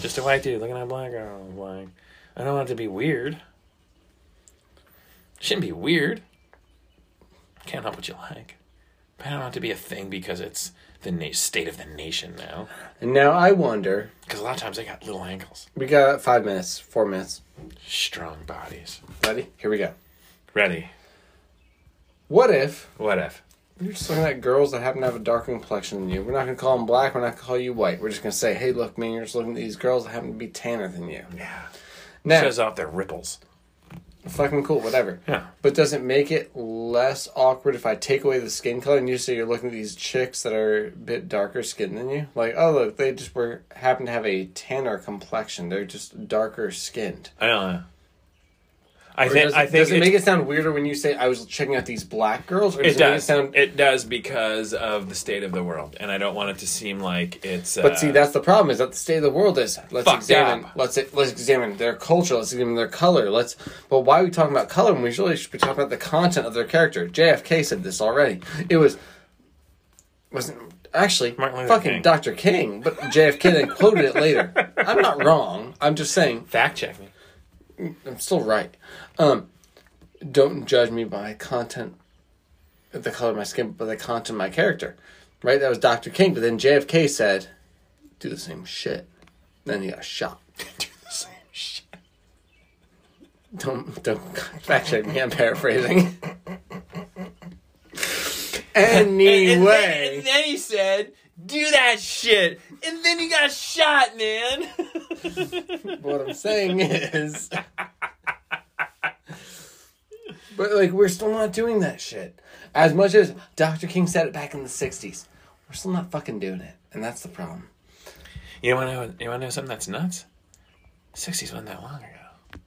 [SPEAKER 3] just a white dude looking at a black girl. I'm like, I don't want it to be weird. Shouldn't be weird. Can't help what you like, but I don't want it to be a thing because it's the na- state of the nation now.
[SPEAKER 4] And now I wonder.
[SPEAKER 3] Because a lot of times they got little ankles,
[SPEAKER 4] We got five minutes, four minutes.
[SPEAKER 3] strong bodies.
[SPEAKER 4] Ready? Here we go.
[SPEAKER 3] Ready.
[SPEAKER 4] What if
[SPEAKER 3] What if?
[SPEAKER 4] You're just looking at girls that happen to have a darker complexion than you. We're not gonna call them black. We're not gonna call you white. We're just gonna say, "Hey, look, man, you're just looking at these girls that happen to be tanner than you."
[SPEAKER 3] Yeah.
[SPEAKER 4] Now,
[SPEAKER 3] Shows off their ripples.
[SPEAKER 4] fucking cool, whatever.
[SPEAKER 3] Yeah.
[SPEAKER 4] But does it make it less awkward if I take away the skin color and you say you're looking at these chicks that are a bit darker skinned than you? Like, oh look, they just were happen to have a tanner complexion. They're just darker skinned.
[SPEAKER 3] I don't know. I
[SPEAKER 4] Or
[SPEAKER 3] think.
[SPEAKER 4] does it,
[SPEAKER 3] I think
[SPEAKER 4] does it, make it sound weirder when you say I was checking out these black girls, or does it,
[SPEAKER 3] it
[SPEAKER 4] make it
[SPEAKER 3] does.
[SPEAKER 4] sound?
[SPEAKER 3] It does because of the state of the world, and I don't want it to seem like it's. Uh,
[SPEAKER 4] But see, that's the problem. Is that the state of the world is. Let's
[SPEAKER 3] Fucked
[SPEAKER 4] examine.
[SPEAKER 3] up.
[SPEAKER 4] Let's let's examine their culture. Let's examine their color. Let's. But why are we talking about color when we really should be talking about the content of their character? JFK said this already. It was wasn't actually
[SPEAKER 3] Martin Luther
[SPEAKER 4] fucking
[SPEAKER 3] King.
[SPEAKER 4] Dr. King, but JFK then quoted it later. I'm not wrong. I'm just saying
[SPEAKER 3] fact check me.
[SPEAKER 4] I'm still right. Um, don't judge me by content, the color of my skin, but the content of my character. Right? That was Dr. King, but then JFK said, do the same shit. Then he got shot.
[SPEAKER 3] Do the same shit.
[SPEAKER 4] Don't, don't fact check me, I'm paraphrasing. anyway.
[SPEAKER 3] and then he said, "Do that shit," and then you got shot, man.
[SPEAKER 4] what I'm saying is. But like we're still not doing that shit. As much as Dr. King said it back in the '60s, we're still not fucking doing it, and that's the problem.
[SPEAKER 3] you want to know? You want to know something that's nuts? 60s wasn't that long ago.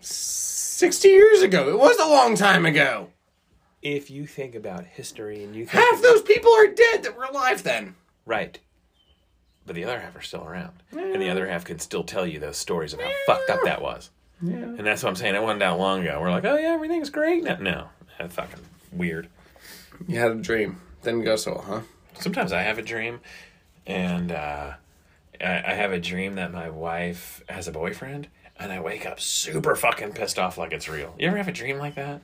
[SPEAKER 4] 60 years ago. It was a long time ago.
[SPEAKER 3] If you think about history and you think
[SPEAKER 4] Half
[SPEAKER 3] about-
[SPEAKER 4] those people are dead that were alive then.
[SPEAKER 3] Right. But the other half are still around. And the other half can still tell you those stories of how fucked up that was. Yeah. And that's what I'm saying. It wasn't that long ago. We're like, oh, yeah, everything's great. now." No. That's fucking weird.
[SPEAKER 4] You had a dream. Didn't go so, huh?
[SPEAKER 3] Sometimes I have a dream, and uh, I, I have a dream that my wife has a boyfriend, and I wake up super fucking pissed off like it's real. You ever have a dream like that?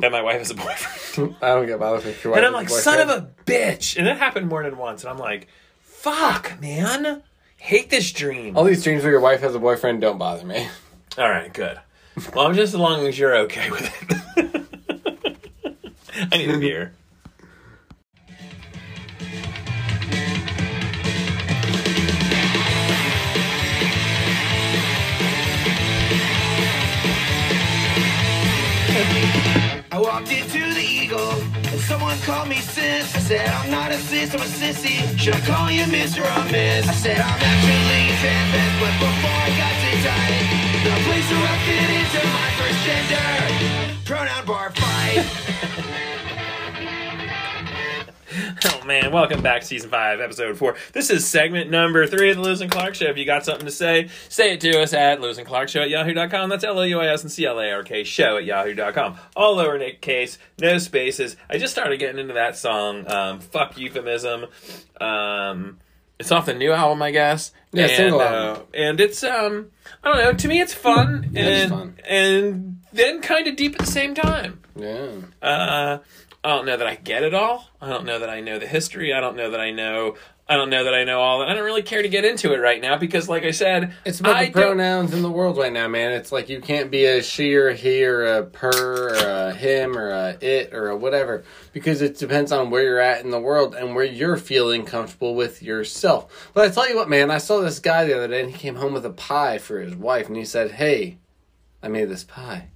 [SPEAKER 3] That my wife has a boyfriend?
[SPEAKER 4] I don't get bothered with your
[SPEAKER 3] And I'm like, son of a bitch. And it happened more than once. And I'm like, fuck, man. Hate this dream.
[SPEAKER 4] All these dreams where your wife has a boyfriend don't bother me.
[SPEAKER 3] All right, good. Well, I'm just as long as you're okay with it. I need a beer.
[SPEAKER 1] I walked into the Eagle and someone called me sis. I said, I'm not a sis, I'm a sissy. Should I call you Mr. or Miss? I said, I'm actually a transvest, but before I got to diet, the place where I fit into my first gender. Pronoun bar fight.
[SPEAKER 3] Oh man, welcome back, season five, episode four. This is segment number three of the Lewis and Clark Show. If you got something to say, say it to us at Lewis and Clark Show at yahoo.com. That's L O U I S and C L A R K Show at yahoo.com. All over Nick Case, no spaces. I just started getting into that song, um, Fuck Euphemism. Um, it's off the new album, I guess.
[SPEAKER 4] Yeah,
[SPEAKER 3] and,
[SPEAKER 4] single
[SPEAKER 3] uh,
[SPEAKER 4] album.
[SPEAKER 3] and it's um, I don't know. To me, it's fun
[SPEAKER 4] it is
[SPEAKER 3] and
[SPEAKER 4] fun.
[SPEAKER 3] and then kind of deep at the same time.
[SPEAKER 4] Yeah.
[SPEAKER 3] Uh, I don't know that I get it all. I don't know that I know the history. I don't know that I know. I don't know that I know all that. I don't really care to get into it right now because, like I said,
[SPEAKER 4] It's about
[SPEAKER 3] I
[SPEAKER 4] the
[SPEAKER 3] don't-
[SPEAKER 4] pronouns in the world right now, man. It's like you can't be a she or he or a per or a him or a it or a whatever because it depends on where you're at in the world and where you're feeling comfortable with yourself. But I tell you what, man, I saw this guy the other day and he came home with a pie for his wife and he said, Hey, I made this pie.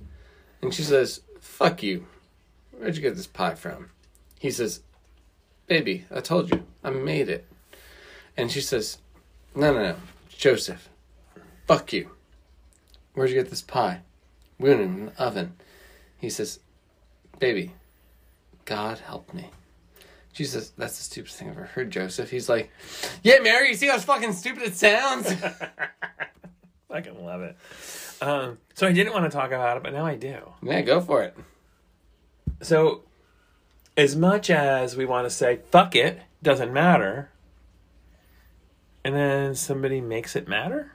[SPEAKER 4] And she says, Fuck you. Where'd you get this pie from? He says, Baby, I told you, I made it. And she says, No, no, no, Joseph, fuck you. Where'd you get this pie? We went in the oven. He says, Baby, God help me. She says, That's the stupidest thing I've ever heard, Joseph. He's like, Yeah, Mary, you see how fucking stupid it sounds?
[SPEAKER 3] I can love it. Um, so I didn't want to talk about it, but now I do.
[SPEAKER 4] yeah, go for it.
[SPEAKER 3] So, as much as we want to say "fuck it," doesn't matter, and then somebody makes it matter.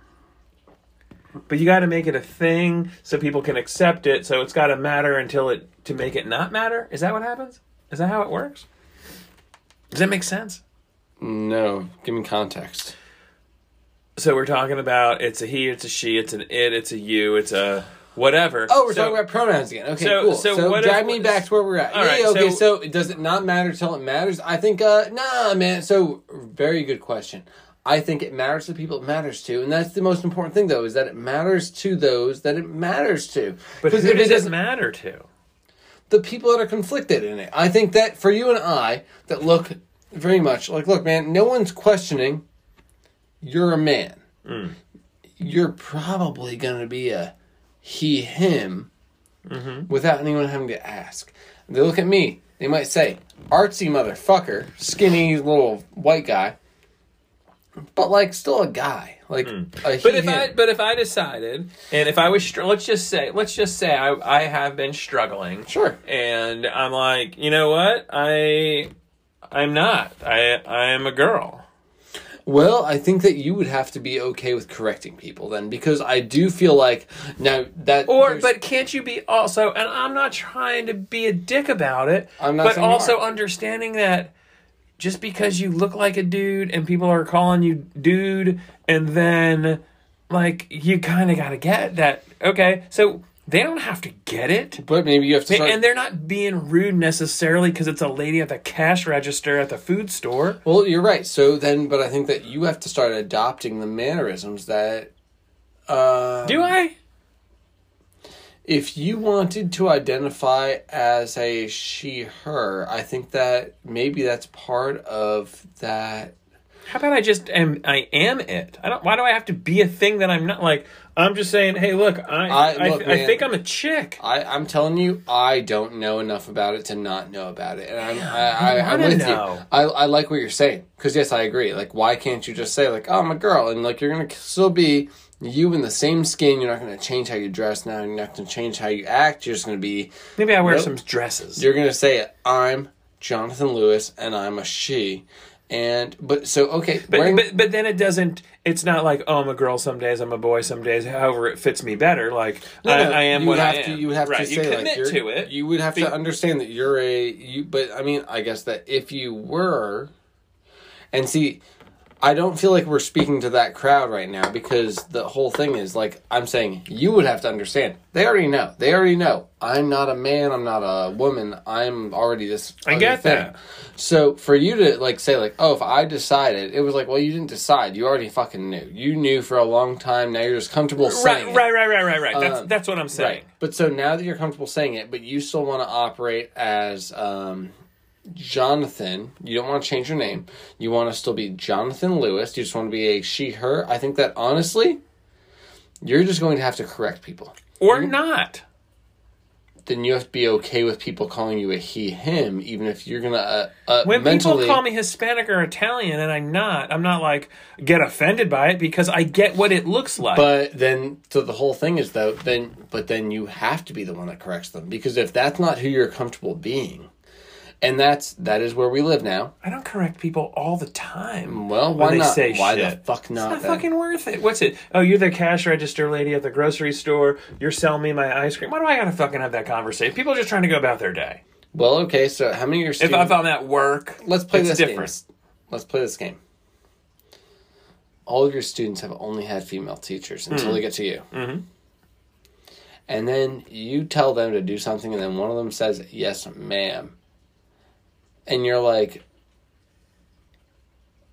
[SPEAKER 3] But you got to make it a thing so people can accept it. So it's got to matter until it to make it not matter. Is that what happens? Is that how it works? Does that make sense?
[SPEAKER 4] No, give me context.
[SPEAKER 3] So we're talking about it's a he, it's a she, it's an it, it's a you, it's a whatever.
[SPEAKER 4] Oh, we're
[SPEAKER 3] So-
[SPEAKER 4] talking about pronouns again. Okay,
[SPEAKER 3] so-
[SPEAKER 4] cool.
[SPEAKER 3] so
[SPEAKER 4] So,
[SPEAKER 3] what
[SPEAKER 4] drive
[SPEAKER 3] if-
[SPEAKER 4] me back to where we're at.
[SPEAKER 3] All
[SPEAKER 4] yeah,
[SPEAKER 3] right,
[SPEAKER 4] okay,
[SPEAKER 3] so-
[SPEAKER 4] so, does it not matter till it matters? I think, uh, nah, man. So, very good question. I think it matters to the people it matters to, and that's the most important thing, though, is that it matters to those that it matters to.
[SPEAKER 3] But who
[SPEAKER 4] Because if it
[SPEAKER 3] does it
[SPEAKER 4] doesn't,
[SPEAKER 3] matter to?
[SPEAKER 4] the people that are conflicted in it. I think that for you and I, that look very much like, look, man, no one's questioning you're a man.
[SPEAKER 3] Mm.
[SPEAKER 4] You're probably going to be a he, him
[SPEAKER 3] Mm-hmm.
[SPEAKER 4] without anyone having to ask. They look at me, they might say, artsy motherfucker, skinny little white guy, but like still a guy. Like, a
[SPEAKER 3] Mm. But
[SPEAKER 4] he,
[SPEAKER 3] if I
[SPEAKER 4] him.
[SPEAKER 3] but if I decided, and if I was str- let's just say let's just say I I have been struggling,
[SPEAKER 4] Sure.
[SPEAKER 3] and I'm like you know what I I'm not I I am a girl.
[SPEAKER 4] Well, I think that you would have to be okay with correcting people then, because I do feel like now that
[SPEAKER 3] Or
[SPEAKER 4] there's-
[SPEAKER 3] but can't you be also? And I'm not trying to be a dick about it.
[SPEAKER 4] I'm not
[SPEAKER 3] But
[SPEAKER 4] saying you
[SPEAKER 3] also
[SPEAKER 4] are.
[SPEAKER 3] understanding that just because you look like a dude and people are calling you dude, and then like you kind of got to get that. Okay, so they don't have to get it.
[SPEAKER 4] but maybe you have to start,
[SPEAKER 3] And they're not being rude necessarily because it's a lady at the cash register at the food store.
[SPEAKER 4] well, you're right. So then, but I think that you have to start adopting the mannerisms that uh,
[SPEAKER 3] Do I?
[SPEAKER 4] if you wanted to identify as a she/her, I think that maybe that's part of that
[SPEAKER 3] How about I just am I am it? I don't. Why do I have to be a thing that I'm not? Like I'm just saying. Hey, look, I
[SPEAKER 4] I-
[SPEAKER 3] I,
[SPEAKER 4] look,
[SPEAKER 3] I,
[SPEAKER 4] man.
[SPEAKER 3] think I'm a chick.
[SPEAKER 4] I, I'm telling you, I don't know enough about it to not know about it, and I'm, I, I,
[SPEAKER 3] I
[SPEAKER 4] I'm
[SPEAKER 3] wanna
[SPEAKER 4] with
[SPEAKER 3] know.
[SPEAKER 4] you. I, I like what you're saying because yes, I agree. Like, why can't you just say like, "Oh, I'm a girl," and like you're gonna still be you in the same skin. You're not gonna change how you dress now. You're not gonna change how you act. You're just gonna be.
[SPEAKER 3] Maybe I wear
[SPEAKER 4] Nope.
[SPEAKER 3] some dresses.
[SPEAKER 4] You're gonna say I'm Jonathan Lewis and I'm a she, and but so okay.
[SPEAKER 3] But,
[SPEAKER 4] wearing-
[SPEAKER 3] but but then it doesn't. It's not like oh I'm a girl some days, I'm a boy some days. However, it fits me better. Like I,
[SPEAKER 4] No, no,
[SPEAKER 3] I am
[SPEAKER 4] you
[SPEAKER 3] what
[SPEAKER 4] have
[SPEAKER 3] I am.
[SPEAKER 4] To, you would have
[SPEAKER 3] right.
[SPEAKER 4] to say
[SPEAKER 3] you
[SPEAKER 4] like,
[SPEAKER 3] commit
[SPEAKER 4] you're-
[SPEAKER 3] to it.
[SPEAKER 4] You would have
[SPEAKER 3] Be-
[SPEAKER 4] to understand that you're a you. But I mean, I guess that if you were, and see, I don't feel like we're speaking to that crowd right now because the whole thing is like I'm saying you would have to understand. They already know. They already know. I'm not a man. I'm not a woman. I'm already this.
[SPEAKER 3] I
[SPEAKER 4] other
[SPEAKER 3] get
[SPEAKER 4] thing.
[SPEAKER 3] that.
[SPEAKER 4] So for you to like say like, oh, if I decided, it was like, well, you didn't decide. You already fucking knew. You knew for a long time. Now you're just comfortable saying.
[SPEAKER 3] right,
[SPEAKER 4] it.
[SPEAKER 3] right, right, right, right, right. That's
[SPEAKER 4] Um,
[SPEAKER 3] that's what I'm saying.
[SPEAKER 4] Right. But so now that you're comfortable saying it, but you still want to operate as um, Jonathan. You don't want to change your name. You want to still be Jonathan Lewis. You just want to be a she, her. I think that honestly, you're just going to have to correct people.
[SPEAKER 3] Or not.
[SPEAKER 4] Then you have to be okay with people calling you a he, him, even if you're going to uh, uh,
[SPEAKER 3] When
[SPEAKER 4] mentally.
[SPEAKER 3] people call me Hispanic or Italian and I'm not, I'm not like get offended by it because I get what it looks like.
[SPEAKER 4] But then, so the whole thing is though. Then, but then you have to be the one that corrects them because if that's not who you're comfortable being, and that's that is where we live now.
[SPEAKER 3] I don't correct people all the time.
[SPEAKER 4] Well,
[SPEAKER 3] when
[SPEAKER 4] why
[SPEAKER 3] they
[SPEAKER 4] not?
[SPEAKER 3] Say
[SPEAKER 4] why
[SPEAKER 3] shit.
[SPEAKER 4] the fuck
[SPEAKER 3] It's
[SPEAKER 4] not?
[SPEAKER 3] not
[SPEAKER 4] Mm, then?
[SPEAKER 3] fucking worth it. What's it? Oh, you're the cash register lady at the grocery store. You're selling me my ice cream. Why do I gotta fucking have that conversation? People are just trying to go about their day.
[SPEAKER 4] Well, okay. So how many of your
[SPEAKER 3] If
[SPEAKER 4] students?
[SPEAKER 3] I'm at work,
[SPEAKER 4] let's play
[SPEAKER 3] it's
[SPEAKER 4] this
[SPEAKER 3] different.
[SPEAKER 4] game. Let's play this game. All of your students have only had female teachers until
[SPEAKER 3] Hmm.
[SPEAKER 4] they get to you. Mm-hmm. And then you tell them to do something, and then one of them says, "Yes, ma'am," and you're like,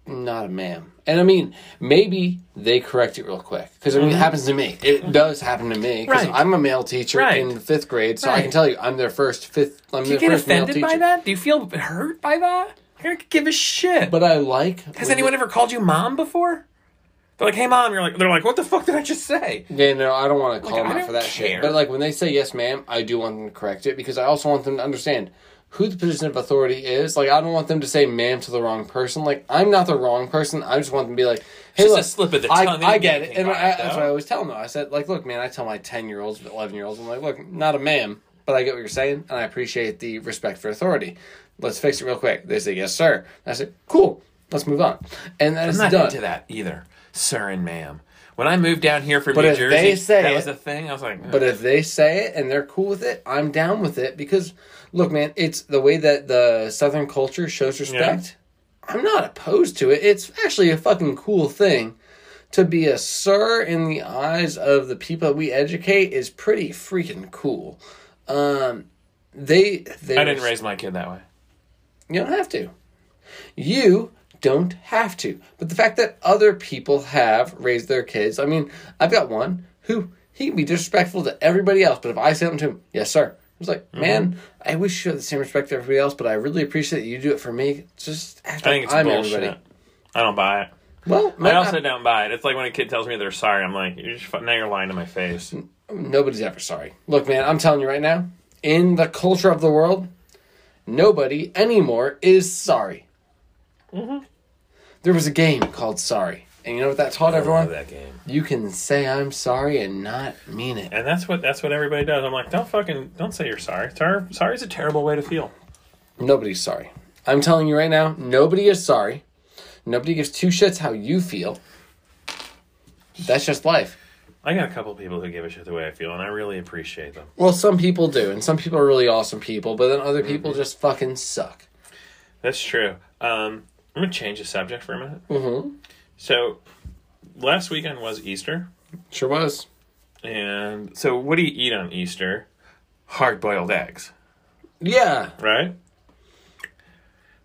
[SPEAKER 4] "Not a ma'am." And I mean, maybe they correct it real quick because I mean, it happens to me. It does happen to me because
[SPEAKER 3] Mm-hmm. Right.
[SPEAKER 4] I'm a male teacher
[SPEAKER 3] Right.
[SPEAKER 4] in fifth grade, so I
[SPEAKER 3] Right.
[SPEAKER 4] can tell you, I'm their first fifth. I'm
[SPEAKER 3] Do you
[SPEAKER 4] their
[SPEAKER 3] get
[SPEAKER 4] first male
[SPEAKER 3] offended
[SPEAKER 4] teacher.
[SPEAKER 3] by that? Do you feel hurt by that? I don't give a shit.
[SPEAKER 4] But I like.
[SPEAKER 3] Has anyone ever called you mom before? They're like, "Hey, mom." You're like, "They're like, what the fuck did I just say?"
[SPEAKER 4] Yeah, no, I don't want to call
[SPEAKER 3] I
[SPEAKER 4] them out
[SPEAKER 3] don't
[SPEAKER 4] for that shit.
[SPEAKER 3] care.
[SPEAKER 4] But like when they say yes, ma'am, I do want them to correct it because I also want them to understand who the position of authority is. Like I don't want them to say ma'am to the wrong person. Like I'm not the wrong person. I just want them to be like, hey,
[SPEAKER 3] Just a
[SPEAKER 4] look,
[SPEAKER 3] slip of the
[SPEAKER 4] I,
[SPEAKER 3] tongue. They
[SPEAKER 4] I
[SPEAKER 3] didn't
[SPEAKER 4] get
[SPEAKER 3] do
[SPEAKER 4] it, and
[SPEAKER 3] anything
[SPEAKER 4] I,
[SPEAKER 3] wrong,
[SPEAKER 4] that's
[SPEAKER 3] though.
[SPEAKER 4] what I always tell them. Though. I said, like, look, man, I tell my ten year olds, eleven year olds, I'm like, look, not a ma'am, but I get what you're saying, and I appreciate the respect for authority. Let's fix it real quick. They say yes, sir. I said, cool. Let's move on, and then it's
[SPEAKER 3] I'm not
[SPEAKER 4] done.
[SPEAKER 3] into that either, sir and ma'am. When I moved down here from
[SPEAKER 4] But
[SPEAKER 3] New
[SPEAKER 4] if
[SPEAKER 3] Jersey,
[SPEAKER 4] they say
[SPEAKER 3] that
[SPEAKER 4] it-
[SPEAKER 3] was the thing. I was like,
[SPEAKER 4] But if they say it and they're cool with it, I'm down with it because look, man, it's the way that the Southern culture shows respect. I'm not opposed to it. It's actually a fucking cool thing. To be a sir in the eyes of the people that we educate is pretty freaking cool. Um, they, they
[SPEAKER 3] I didn't raise my kid that way.
[SPEAKER 4] you don't have to. You don't have to. But the fact that other people have raised their kids, I mean, I've got one who he can be disrespectful to everybody else, but if I say something to him, yes, sir. I was like,
[SPEAKER 3] Mm-hmm.
[SPEAKER 4] man, I wish you had the same respect to everybody else, but I really appreciate that you do it for me. It's Just act
[SPEAKER 3] I
[SPEAKER 4] like
[SPEAKER 3] think it's
[SPEAKER 4] I'm
[SPEAKER 3] bullshit.
[SPEAKER 4] everybody.
[SPEAKER 3] I don't buy it.
[SPEAKER 4] Well,
[SPEAKER 3] I also don't buy it. It's like when a kid tells me they're sorry. I'm like, you're just, fu- now you're lying to my face.
[SPEAKER 4] Mm. nobody's ever sorry. Look, man, I'm telling you right now, in the culture of the world, nobody anymore is sorry. Mm-hmm. There was a game called Sorry, and you know what that taught everyone?
[SPEAKER 3] that game.
[SPEAKER 4] You can say I'm sorry and not mean it.
[SPEAKER 3] And that's what that's what everybody does. I'm like, don't fucking don't say you're sorry. Sorry, sorry is a terrible way to feel.
[SPEAKER 4] Nobody's sorry. I'm telling you right now, nobody is sorry. Nobody gives two shits how you feel. That's just life.
[SPEAKER 3] I got a couple people who give a shit the way I feel, and I really appreciate them.
[SPEAKER 4] Well, some people do, and some people are really awesome people, but then other people just fucking suck.
[SPEAKER 3] That's true. Um, I'm gonna change the subject for a minute. Mm-hmm. So, last weekend was Easter,
[SPEAKER 4] Sure was.
[SPEAKER 3] and so what do you eat on Easter? Hard boiled eggs,
[SPEAKER 4] Yeah.
[SPEAKER 3] right?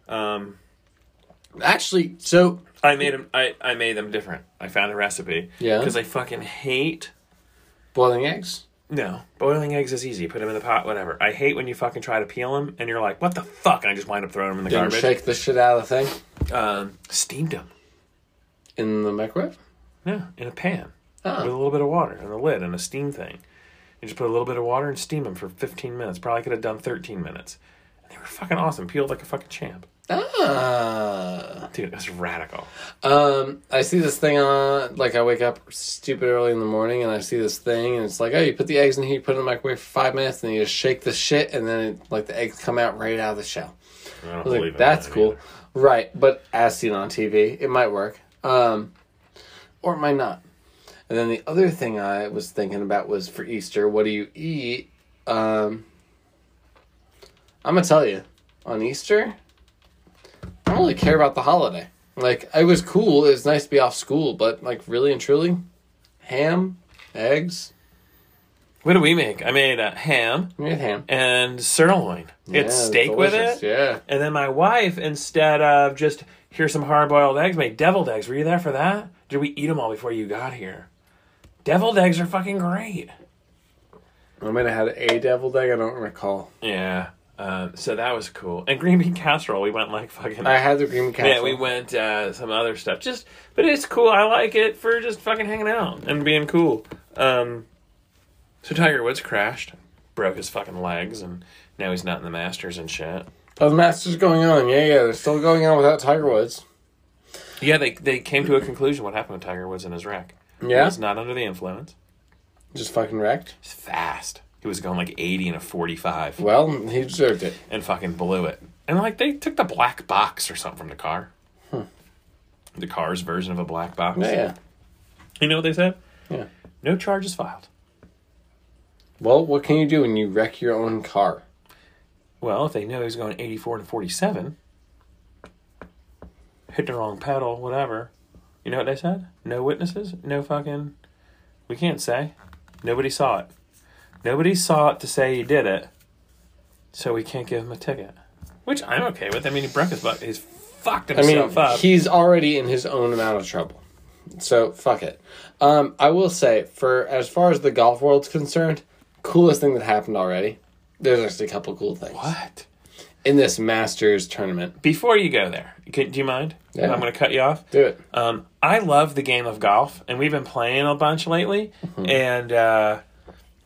[SPEAKER 3] Um,
[SPEAKER 4] Actually, so
[SPEAKER 3] I made them. I, I made them different. I found a recipe.
[SPEAKER 4] Yeah.
[SPEAKER 3] Because I fucking hate.
[SPEAKER 4] boiling eggs.
[SPEAKER 3] No, boiling eggs is easy. Put them in the pot, whatever. I hate when you fucking try to peel them and you're like, "What the fuck?" And I just wind up throwing them in the
[SPEAKER 4] Didn't
[SPEAKER 3] garbage.
[SPEAKER 4] shake the shit out of the thing.
[SPEAKER 3] Um, steamed them.
[SPEAKER 4] in the microwave.
[SPEAKER 3] Yeah, in a pan
[SPEAKER 4] Ah.
[SPEAKER 3] with a little bit of water and a lid and a steam thing. You just put a little bit of water and steam them for 15 minutes. Probably could have done 13 minutes. And they were fucking awesome. Peeled like a fucking champ.
[SPEAKER 4] Ah.
[SPEAKER 3] Dude, it was radical.
[SPEAKER 4] Um, I see this thing on, like, I wake up stupid early in the morning and I see this thing, and it's like, oh, you put the eggs in here, you put it in the microwave for five minutes, and then you just shake the shit, and then, it, like, the eggs come out right out of the shell.
[SPEAKER 3] I don't
[SPEAKER 4] I was
[SPEAKER 3] believe
[SPEAKER 4] like,
[SPEAKER 3] in
[SPEAKER 4] that's
[SPEAKER 3] that
[SPEAKER 4] cool.
[SPEAKER 3] either.
[SPEAKER 4] Right, but as seen on TV, it might work. Um, or it might not. And then the other thing I was thinking about was for Easter, what do you eat? Um, I'm going to tell you, on Easter, I don't really care about the holiday. Like, it was cool, it was nice to be off school, but, like, really and truly, ham, eggs,
[SPEAKER 3] What do we make? I made a ham
[SPEAKER 4] we had ham.
[SPEAKER 3] and sirloin. it's
[SPEAKER 4] Yeah,
[SPEAKER 3] steak with
[SPEAKER 4] delicious,
[SPEAKER 3] it.
[SPEAKER 4] Yeah.
[SPEAKER 3] And then my wife, instead of just here's some hard boiled eggs, made deviled eggs. Were you there for that? Did we eat them all before you got here? Deviled eggs are fucking great.
[SPEAKER 4] I might have had a deviled egg, I don't recall.
[SPEAKER 3] Yeah. Um, so that was cool. And green bean casserole, we went like fucking.
[SPEAKER 4] I had the green castle.
[SPEAKER 3] yeah, we went uh, some other stuff. Just, but it's cool. I like it for just fucking hanging out and being cool. Um, so Tiger Woods crashed, broke his fucking legs, and now he's not in the Masters and shit.
[SPEAKER 4] Oh, the Masters going on. Yeah, yeah, they're still going on without Tiger Woods.
[SPEAKER 3] Yeah, they they came to a conclusion what happened to Tiger Woods and his wreck. He
[SPEAKER 4] Yeah,
[SPEAKER 3] was not under the influence.
[SPEAKER 4] just fucking wrecked.
[SPEAKER 3] He's fast. He was going like 80 and a 45
[SPEAKER 4] Well, he deserved it.
[SPEAKER 3] and fucking blew it. And like they took the black box or something from the car. The car's version of a black box.
[SPEAKER 4] Hmm. Yeah, yeah,
[SPEAKER 3] You know what they said?
[SPEAKER 4] yeah.
[SPEAKER 3] No charges filed.
[SPEAKER 4] Well, what can you do when you wreck your own car?
[SPEAKER 3] Well, if they know he's going 84 and 47, hit the wrong pedal, whatever. You know what they said? No witnesses? No fucking. We can't say. Nobody saw it. Nobody saw it to say he did it, so we can't give him a ticket. Which I'm okay with. I mean, he broke his butt. He's fucked
[SPEAKER 4] I mean,
[SPEAKER 3] himself up.
[SPEAKER 4] he's already in his own amount of trouble. So fuck it. Um, I will say, for as far as the golf world's concerned, coolest thing that happened already. There's actually a couple cool things
[SPEAKER 3] what?
[SPEAKER 4] in this Masters tournament.
[SPEAKER 3] Before you go there, can, do you mind?
[SPEAKER 4] Yeah.
[SPEAKER 3] I'm going to cut you off.
[SPEAKER 4] Do it.
[SPEAKER 3] Um, I love the game of golf, and we've been playing a bunch lately.
[SPEAKER 4] Mm-hmm.
[SPEAKER 3] And uh,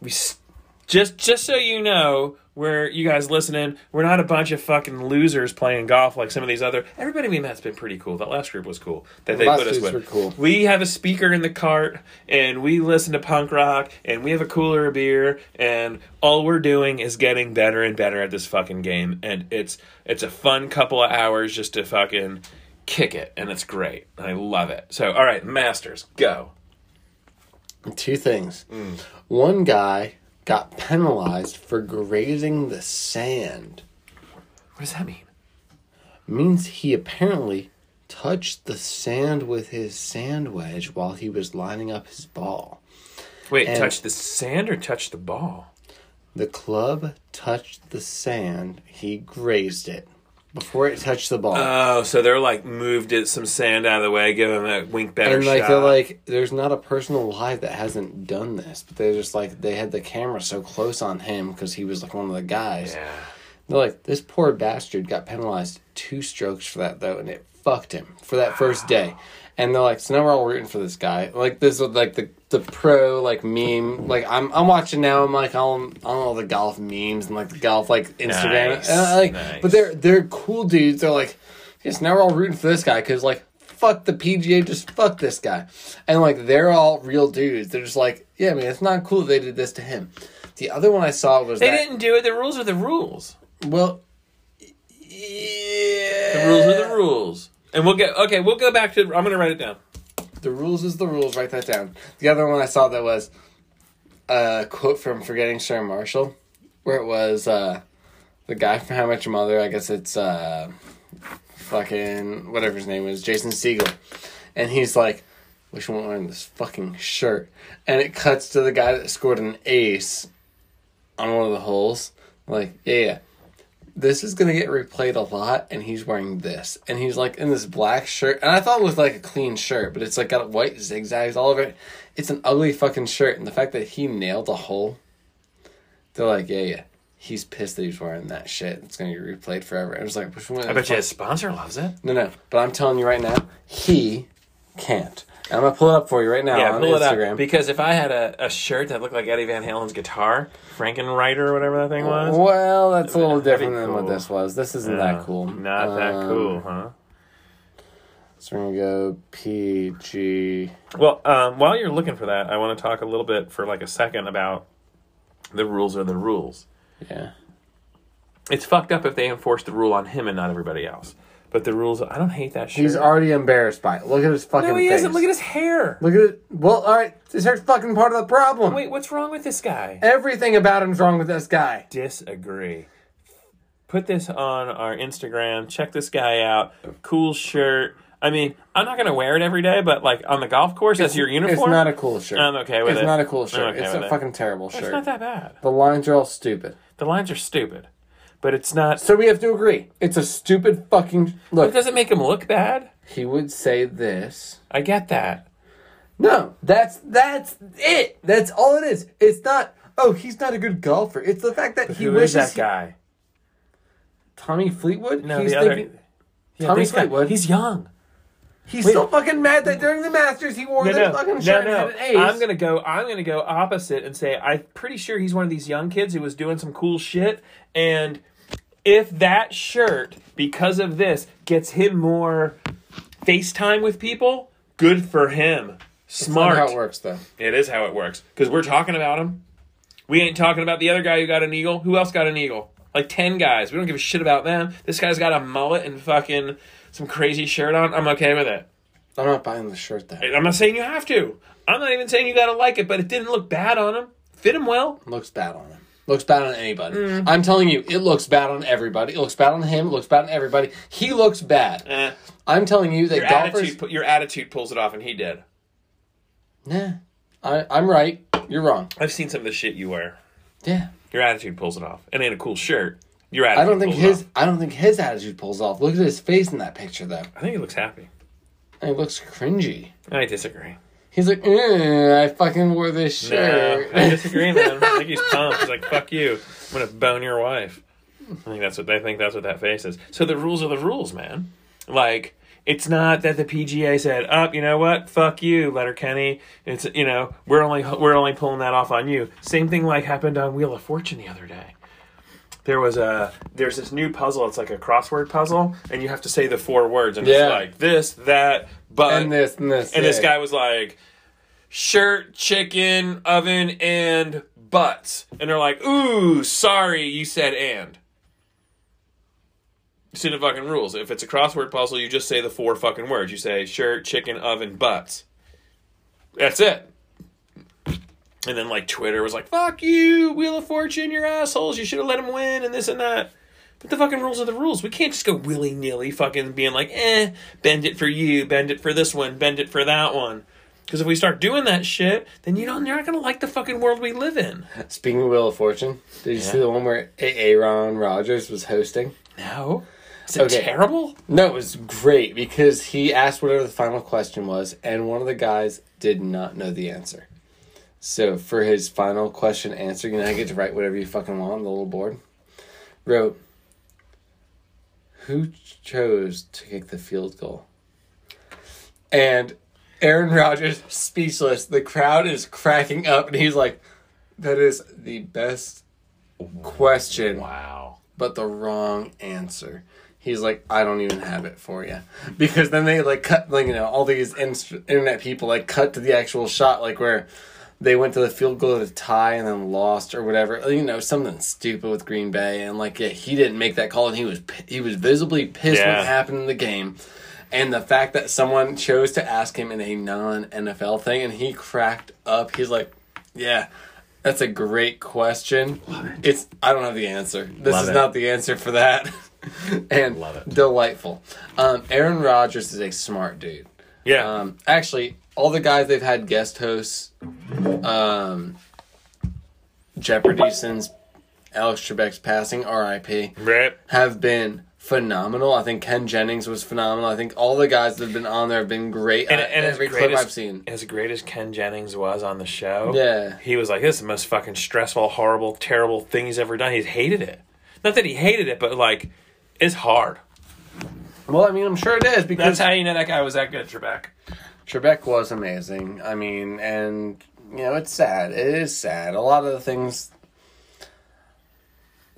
[SPEAKER 3] we s- just just so you know, where you guys listening, we're not a bunch of fucking losers playing golf like some of these other. Everybody we met's been pretty cool. That last group was cool that they
[SPEAKER 4] Last
[SPEAKER 3] put us
[SPEAKER 4] dudes
[SPEAKER 3] with.
[SPEAKER 4] were cool.
[SPEAKER 3] We have a speaker in the cart, and we listen to punk rock, and we have a cooler of beer, and all we're doing is getting better and better at this fucking game, and it's it's a fun couple of hours just to fucking kick it, and it's great. I love it. So, all right, Masters, go.
[SPEAKER 4] Two things. One guy got penalized for grazing the sand.
[SPEAKER 3] What does that mean?
[SPEAKER 4] means he apparently touched the sand with his sand wedge while he was lining up his ball.
[SPEAKER 3] Wait,
[SPEAKER 4] And-
[SPEAKER 3] touch the sand or touch the ball?
[SPEAKER 4] The club touched the sand, he grazed it before it touched the ball.
[SPEAKER 3] Oh, so they're like moved it some sand out of the way, give him a wink better
[SPEAKER 4] and like
[SPEAKER 3] shot.
[SPEAKER 4] they're like, there's not a person alive that hasn't done this, but they're just like they had the camera so close on him because he was like one of the guys.
[SPEAKER 3] yeah.
[SPEAKER 4] They're like, this poor bastard got penalized two strokes for that though, and it fucked him for that first day. And they're like, so now we're all rooting for this guy. Like this was like the the pro like meme. Like I'm I'm watching now. I'm like on on all the golf memes and like the golf like Instagram.
[SPEAKER 3] Nice,
[SPEAKER 4] And I, like,
[SPEAKER 3] nice.
[SPEAKER 4] but they're they're cool dudes. They're like, yes, now we're all rooting for this guy because like fuck the PGA, just fuck this guy. And like they're all real dudes. They're just like, yeah, man, it's not cool. They did this to him. The other one I saw was
[SPEAKER 3] They
[SPEAKER 4] that,
[SPEAKER 3] didn't do it. The rules are the rules.
[SPEAKER 4] well,
[SPEAKER 3] The
[SPEAKER 4] yeah.
[SPEAKER 3] rules are the rules. And we'll get okay. We'll go back to. I'm gonna write it down.
[SPEAKER 4] The rules is the rules. Write that down. The other one I saw that was a quote from Forgetting Sarah Marshall, where it was uh, the guy from How Much Your Mother. I guess it's uh, fucking whatever his name is, Jason Siegel, and he's like. Wish I wasn't wearing this fucking shirt. And it cuts to the guy that scored an ace on one of the holes. Like, yeah, yeah. this is gonna get replayed a lot, and he's wearing this, and he's like in this black shirt, and I thought it was like a clean shirt, but it's like got white zigzags all over it. It's an ugly fucking shirt, and the fact that he nailed a hole, they're like, yeah, yeah, he's pissed that he's wearing that shit. It's gonna get replayed forever. I was like, which one?
[SPEAKER 3] I bet you his sponsor loves it.
[SPEAKER 4] No, no, but I'm telling you right now, he can't. I'm gonna pull it up for you right now
[SPEAKER 3] Yeah,
[SPEAKER 4] on
[SPEAKER 3] pull it
[SPEAKER 4] Oh, Instagram.
[SPEAKER 3] up. Because if I had a, a shirt that looked like Eddie Van Halen's guitar, Frankenwriter or whatever that
[SPEAKER 4] Oh,
[SPEAKER 3] thing was.
[SPEAKER 4] well, that's a little
[SPEAKER 3] That'd be
[SPEAKER 4] different than what
[SPEAKER 3] cool.
[SPEAKER 4] this was. This isn't
[SPEAKER 3] No,
[SPEAKER 4] that cool.
[SPEAKER 3] Not that
[SPEAKER 4] Um,
[SPEAKER 3] cool, huh?
[SPEAKER 4] So we're gonna go PG.
[SPEAKER 3] Well, um, while you're looking for that, I want to talk a little bit for like a second about the rules are the rules.
[SPEAKER 4] Yeah.
[SPEAKER 3] It's fucked up if they enforce the rule on him and not everybody else. But the rules, I don't hate that shit.
[SPEAKER 4] He's already embarrassed by it. Look at his fucking
[SPEAKER 3] no, he
[SPEAKER 4] face.
[SPEAKER 3] isn't. Look at his hair.
[SPEAKER 4] Look at it. Well, all right. This hair's fucking part of the problem.
[SPEAKER 3] Wait, what's wrong with this guy?
[SPEAKER 4] Everything about him's wrong with this guy.
[SPEAKER 3] Disagree. Put this on our Instagram. Check this guy out. Cool shirt. I mean, I'm not gonna wear it every day, but like on the golf course, that's your uniform.
[SPEAKER 4] It's not a cool shirt.
[SPEAKER 3] I'm okay with
[SPEAKER 4] it's
[SPEAKER 3] it.
[SPEAKER 4] not a cool
[SPEAKER 3] I'm
[SPEAKER 4] shirt.
[SPEAKER 3] okay
[SPEAKER 4] it's a
[SPEAKER 3] with it.
[SPEAKER 4] fucking terrible shirt.
[SPEAKER 3] It's not that bad.
[SPEAKER 4] the lines are all stupid.
[SPEAKER 3] The lines are stupid, but it's not.
[SPEAKER 4] So we have to agree. It's a stupid fucking
[SPEAKER 3] It
[SPEAKER 4] look.
[SPEAKER 3] doesn't make him look bad.
[SPEAKER 4] He would say this.
[SPEAKER 3] I get that.
[SPEAKER 4] No, that's that's it. That's all it is. It's not. Oh, he's not a good golfer. It's the fact that he
[SPEAKER 3] Who
[SPEAKER 4] wishes
[SPEAKER 3] is that
[SPEAKER 4] he-
[SPEAKER 3] guy?
[SPEAKER 4] Tommy Fleetwood.
[SPEAKER 3] No,
[SPEAKER 4] he's
[SPEAKER 3] the other.
[SPEAKER 4] thinking-
[SPEAKER 3] Yeah,
[SPEAKER 4] Tommy
[SPEAKER 3] this guy-
[SPEAKER 4] Fleetwood.
[SPEAKER 3] He's young.
[SPEAKER 4] He's still fucking mad that during the Masters he wore
[SPEAKER 3] No,
[SPEAKER 4] this
[SPEAKER 3] no,
[SPEAKER 4] fucking
[SPEAKER 3] no,
[SPEAKER 4] shirt
[SPEAKER 3] no.
[SPEAKER 4] and had an ace.
[SPEAKER 3] I'm gonna go. I'm gonna go opposite and say I'm pretty sure he's one of these young kids who was doing some cool shit. And if that shirt, because of this, gets him more FaceTime with people, good for him. Smart.
[SPEAKER 4] How it works though.
[SPEAKER 3] It is how it works because we're talking about him. We ain't talking about the other guy who got an eagle. Who else got an eagle? Like ten guys. We don't give a shit about them. This guy's got a mullet and fucking some crazy shirt on. I'm okay with it.
[SPEAKER 4] I'm not buying the shirt though. It
[SPEAKER 3] I'm not saying you have to. I'm not even saying you gotta like it, but it didn't look bad on him. Fit him well.
[SPEAKER 4] looks bad on him. Looks bad on anybody.
[SPEAKER 3] Mm.
[SPEAKER 4] I'm telling you, it looks bad on everybody. It looks bad on him. It looks bad on everybody. He looks bad.
[SPEAKER 3] Eh,
[SPEAKER 4] I'm telling you that
[SPEAKER 3] your
[SPEAKER 4] golfers.
[SPEAKER 3] attitude, your attitude pulls it off, and he did.
[SPEAKER 4] Nah, I, I'm right. You're wrong.
[SPEAKER 3] I've seen some of the shit you wear.
[SPEAKER 4] Yeah,
[SPEAKER 3] Your attitude pulls it off. It ain't a cool shirt. Your attitude.
[SPEAKER 4] I don't think
[SPEAKER 3] pulls it
[SPEAKER 4] his.
[SPEAKER 3] off.
[SPEAKER 4] I don't think his attitude pulls off. Look at his face in that picture though.
[SPEAKER 3] I think he looks happy.
[SPEAKER 4] It looks cringy.
[SPEAKER 3] I disagree.
[SPEAKER 4] He's like, "Eh, I fucking wore this shirt.
[SPEAKER 3] Nah, I disagree, man. I think he's pumped. He's like, "Fuck you! I'm gonna bone your wife." I think that's what they think. That's what that face is. So the rules are the rules, man. Like, it's not that the PGA said, "Up, you know what? Fuck you, Letterkenny." It's you know we're only we're only pulling that off on you. Same thing like happened on Wheel of Fortune the other day. There was a there's this new puzzle. It's like a crossword puzzle, and you have to say the four words, and
[SPEAKER 4] Yeah.
[SPEAKER 3] it's like this, that, but
[SPEAKER 4] and this and this
[SPEAKER 3] and this
[SPEAKER 4] yeah.
[SPEAKER 3] guy was like, shirt, chicken, oven, and butts. And they're like, ooh, sorry, you said and. You see the fucking rules. If it's a crossword puzzle, you just say the four fucking words. You say shirt, chicken, oven, butts. That's it. And then like Twitter was like, fuck you, Wheel of Fortune, you're assholes, you should have let him win, and this and that. But the fucking rules are the rules. We can't just go willy nilly fucking being like, eh, bend it for you, bend it for this one, bend it for that one. Because if we start doing that shit, then you don't, you're not gonna like the fucking world we live in.
[SPEAKER 4] Speaking of Wheel of Fortune, did you see the one where A- Aaron Rodgers was hosting?
[SPEAKER 3] No, is it
[SPEAKER 4] Okay.
[SPEAKER 3] terrible?
[SPEAKER 4] No, it was great because he asked whatever the final question was, and one of the guys did not know the answer. So for his final question answer, you know, I get to write whatever you fucking want on the little board. Wrote, who chose to kick the field goal? And Aaron Rodgers, speechless. The crowd is cracking up, and he's like, "That is the best question."
[SPEAKER 3] Wow.
[SPEAKER 4] but the wrong answer. He's like, I don't even have it for you, because then they like cut like you know all these inst- internet people like cut to the actual shot like where they went to the field goal to tie and then lost or whatever Uh, you know something stupid with Green Bay and like yeah he didn't make that call and he was pi- he was visibly pissed
[SPEAKER 3] Yeah.
[SPEAKER 4] what happened in the game. And the fact that someone chose to ask him in a non NFL thing and he cracked up. He's like, Yeah, that's a great question. It's I don't have the answer. This
[SPEAKER 3] Love
[SPEAKER 4] is
[SPEAKER 3] it.
[SPEAKER 4] not the answer for that. and
[SPEAKER 3] Love it.
[SPEAKER 4] delightful. Um, Aaron Rodgers is a smart dude.
[SPEAKER 3] Yeah.
[SPEAKER 4] Um, actually, all the guys they've had guest hosts, um, Jeopardy since Alex Trebek's passing, R.I.P
[SPEAKER 3] right.
[SPEAKER 4] have been phenomenal. I think Ken Jennings was phenomenal. I think all the guys that have been on there have been great.
[SPEAKER 3] And,
[SPEAKER 4] Uh,
[SPEAKER 3] and
[SPEAKER 4] every
[SPEAKER 3] as great
[SPEAKER 4] clip
[SPEAKER 3] as,
[SPEAKER 4] I've seen.
[SPEAKER 3] as great as Ken Jennings was on the show,
[SPEAKER 4] Yeah.
[SPEAKER 3] he was like, "This is the most fucking stressful, horrible, terrible thing he's ever done." He's hated it. Not that he hated it, but like, it's hard.
[SPEAKER 4] Well, I mean, I'm sure it is because
[SPEAKER 3] That's how you know that guy was that good, Trebek.
[SPEAKER 4] Trebek was amazing. I mean, and you know, it's sad. It is sad. A lot of the things.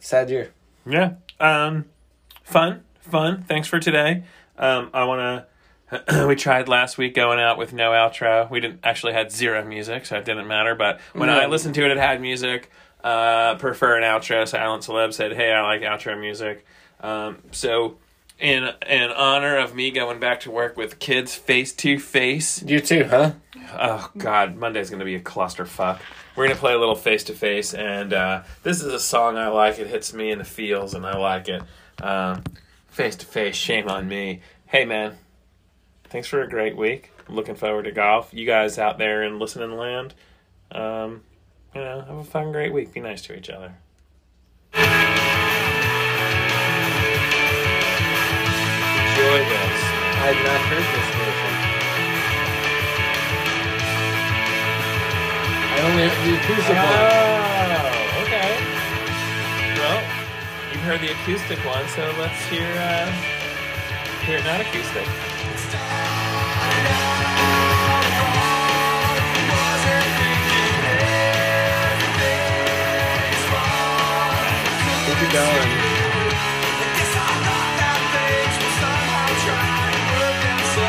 [SPEAKER 4] Sad year.
[SPEAKER 3] Yeah. Um, fun, fun. Thanks for today. Um, I want to. we tried last week going out with no outro. We didn't actually had zero music, so it didn't matter. But when I
[SPEAKER 4] No.
[SPEAKER 3] listened to it, it had music. Uh, prefer an outro. Silent Celeb said, "Hey, I like outro music." Um, so, in in honor of me going back to work with kids face to face,
[SPEAKER 4] You too, huh?
[SPEAKER 3] Oh God, Monday's gonna be a clusterfuck. We're gonna play a little face to face, and uh, this is a song I like. It hits me in the feels, and I like it. Um, Face to face, shame on me. Hey man, thanks for a great week. I'm looking forward to golf. You guys out there in listening land, um, you know, have a fun, great week. Be nice to each other. Enjoy this.
[SPEAKER 4] I've not heard this version. I only the acoustic one.
[SPEAKER 3] Oh, okay. Well, you've heard the acoustic one, so let's hear uh, hear it not acoustic.
[SPEAKER 4] Keep it going.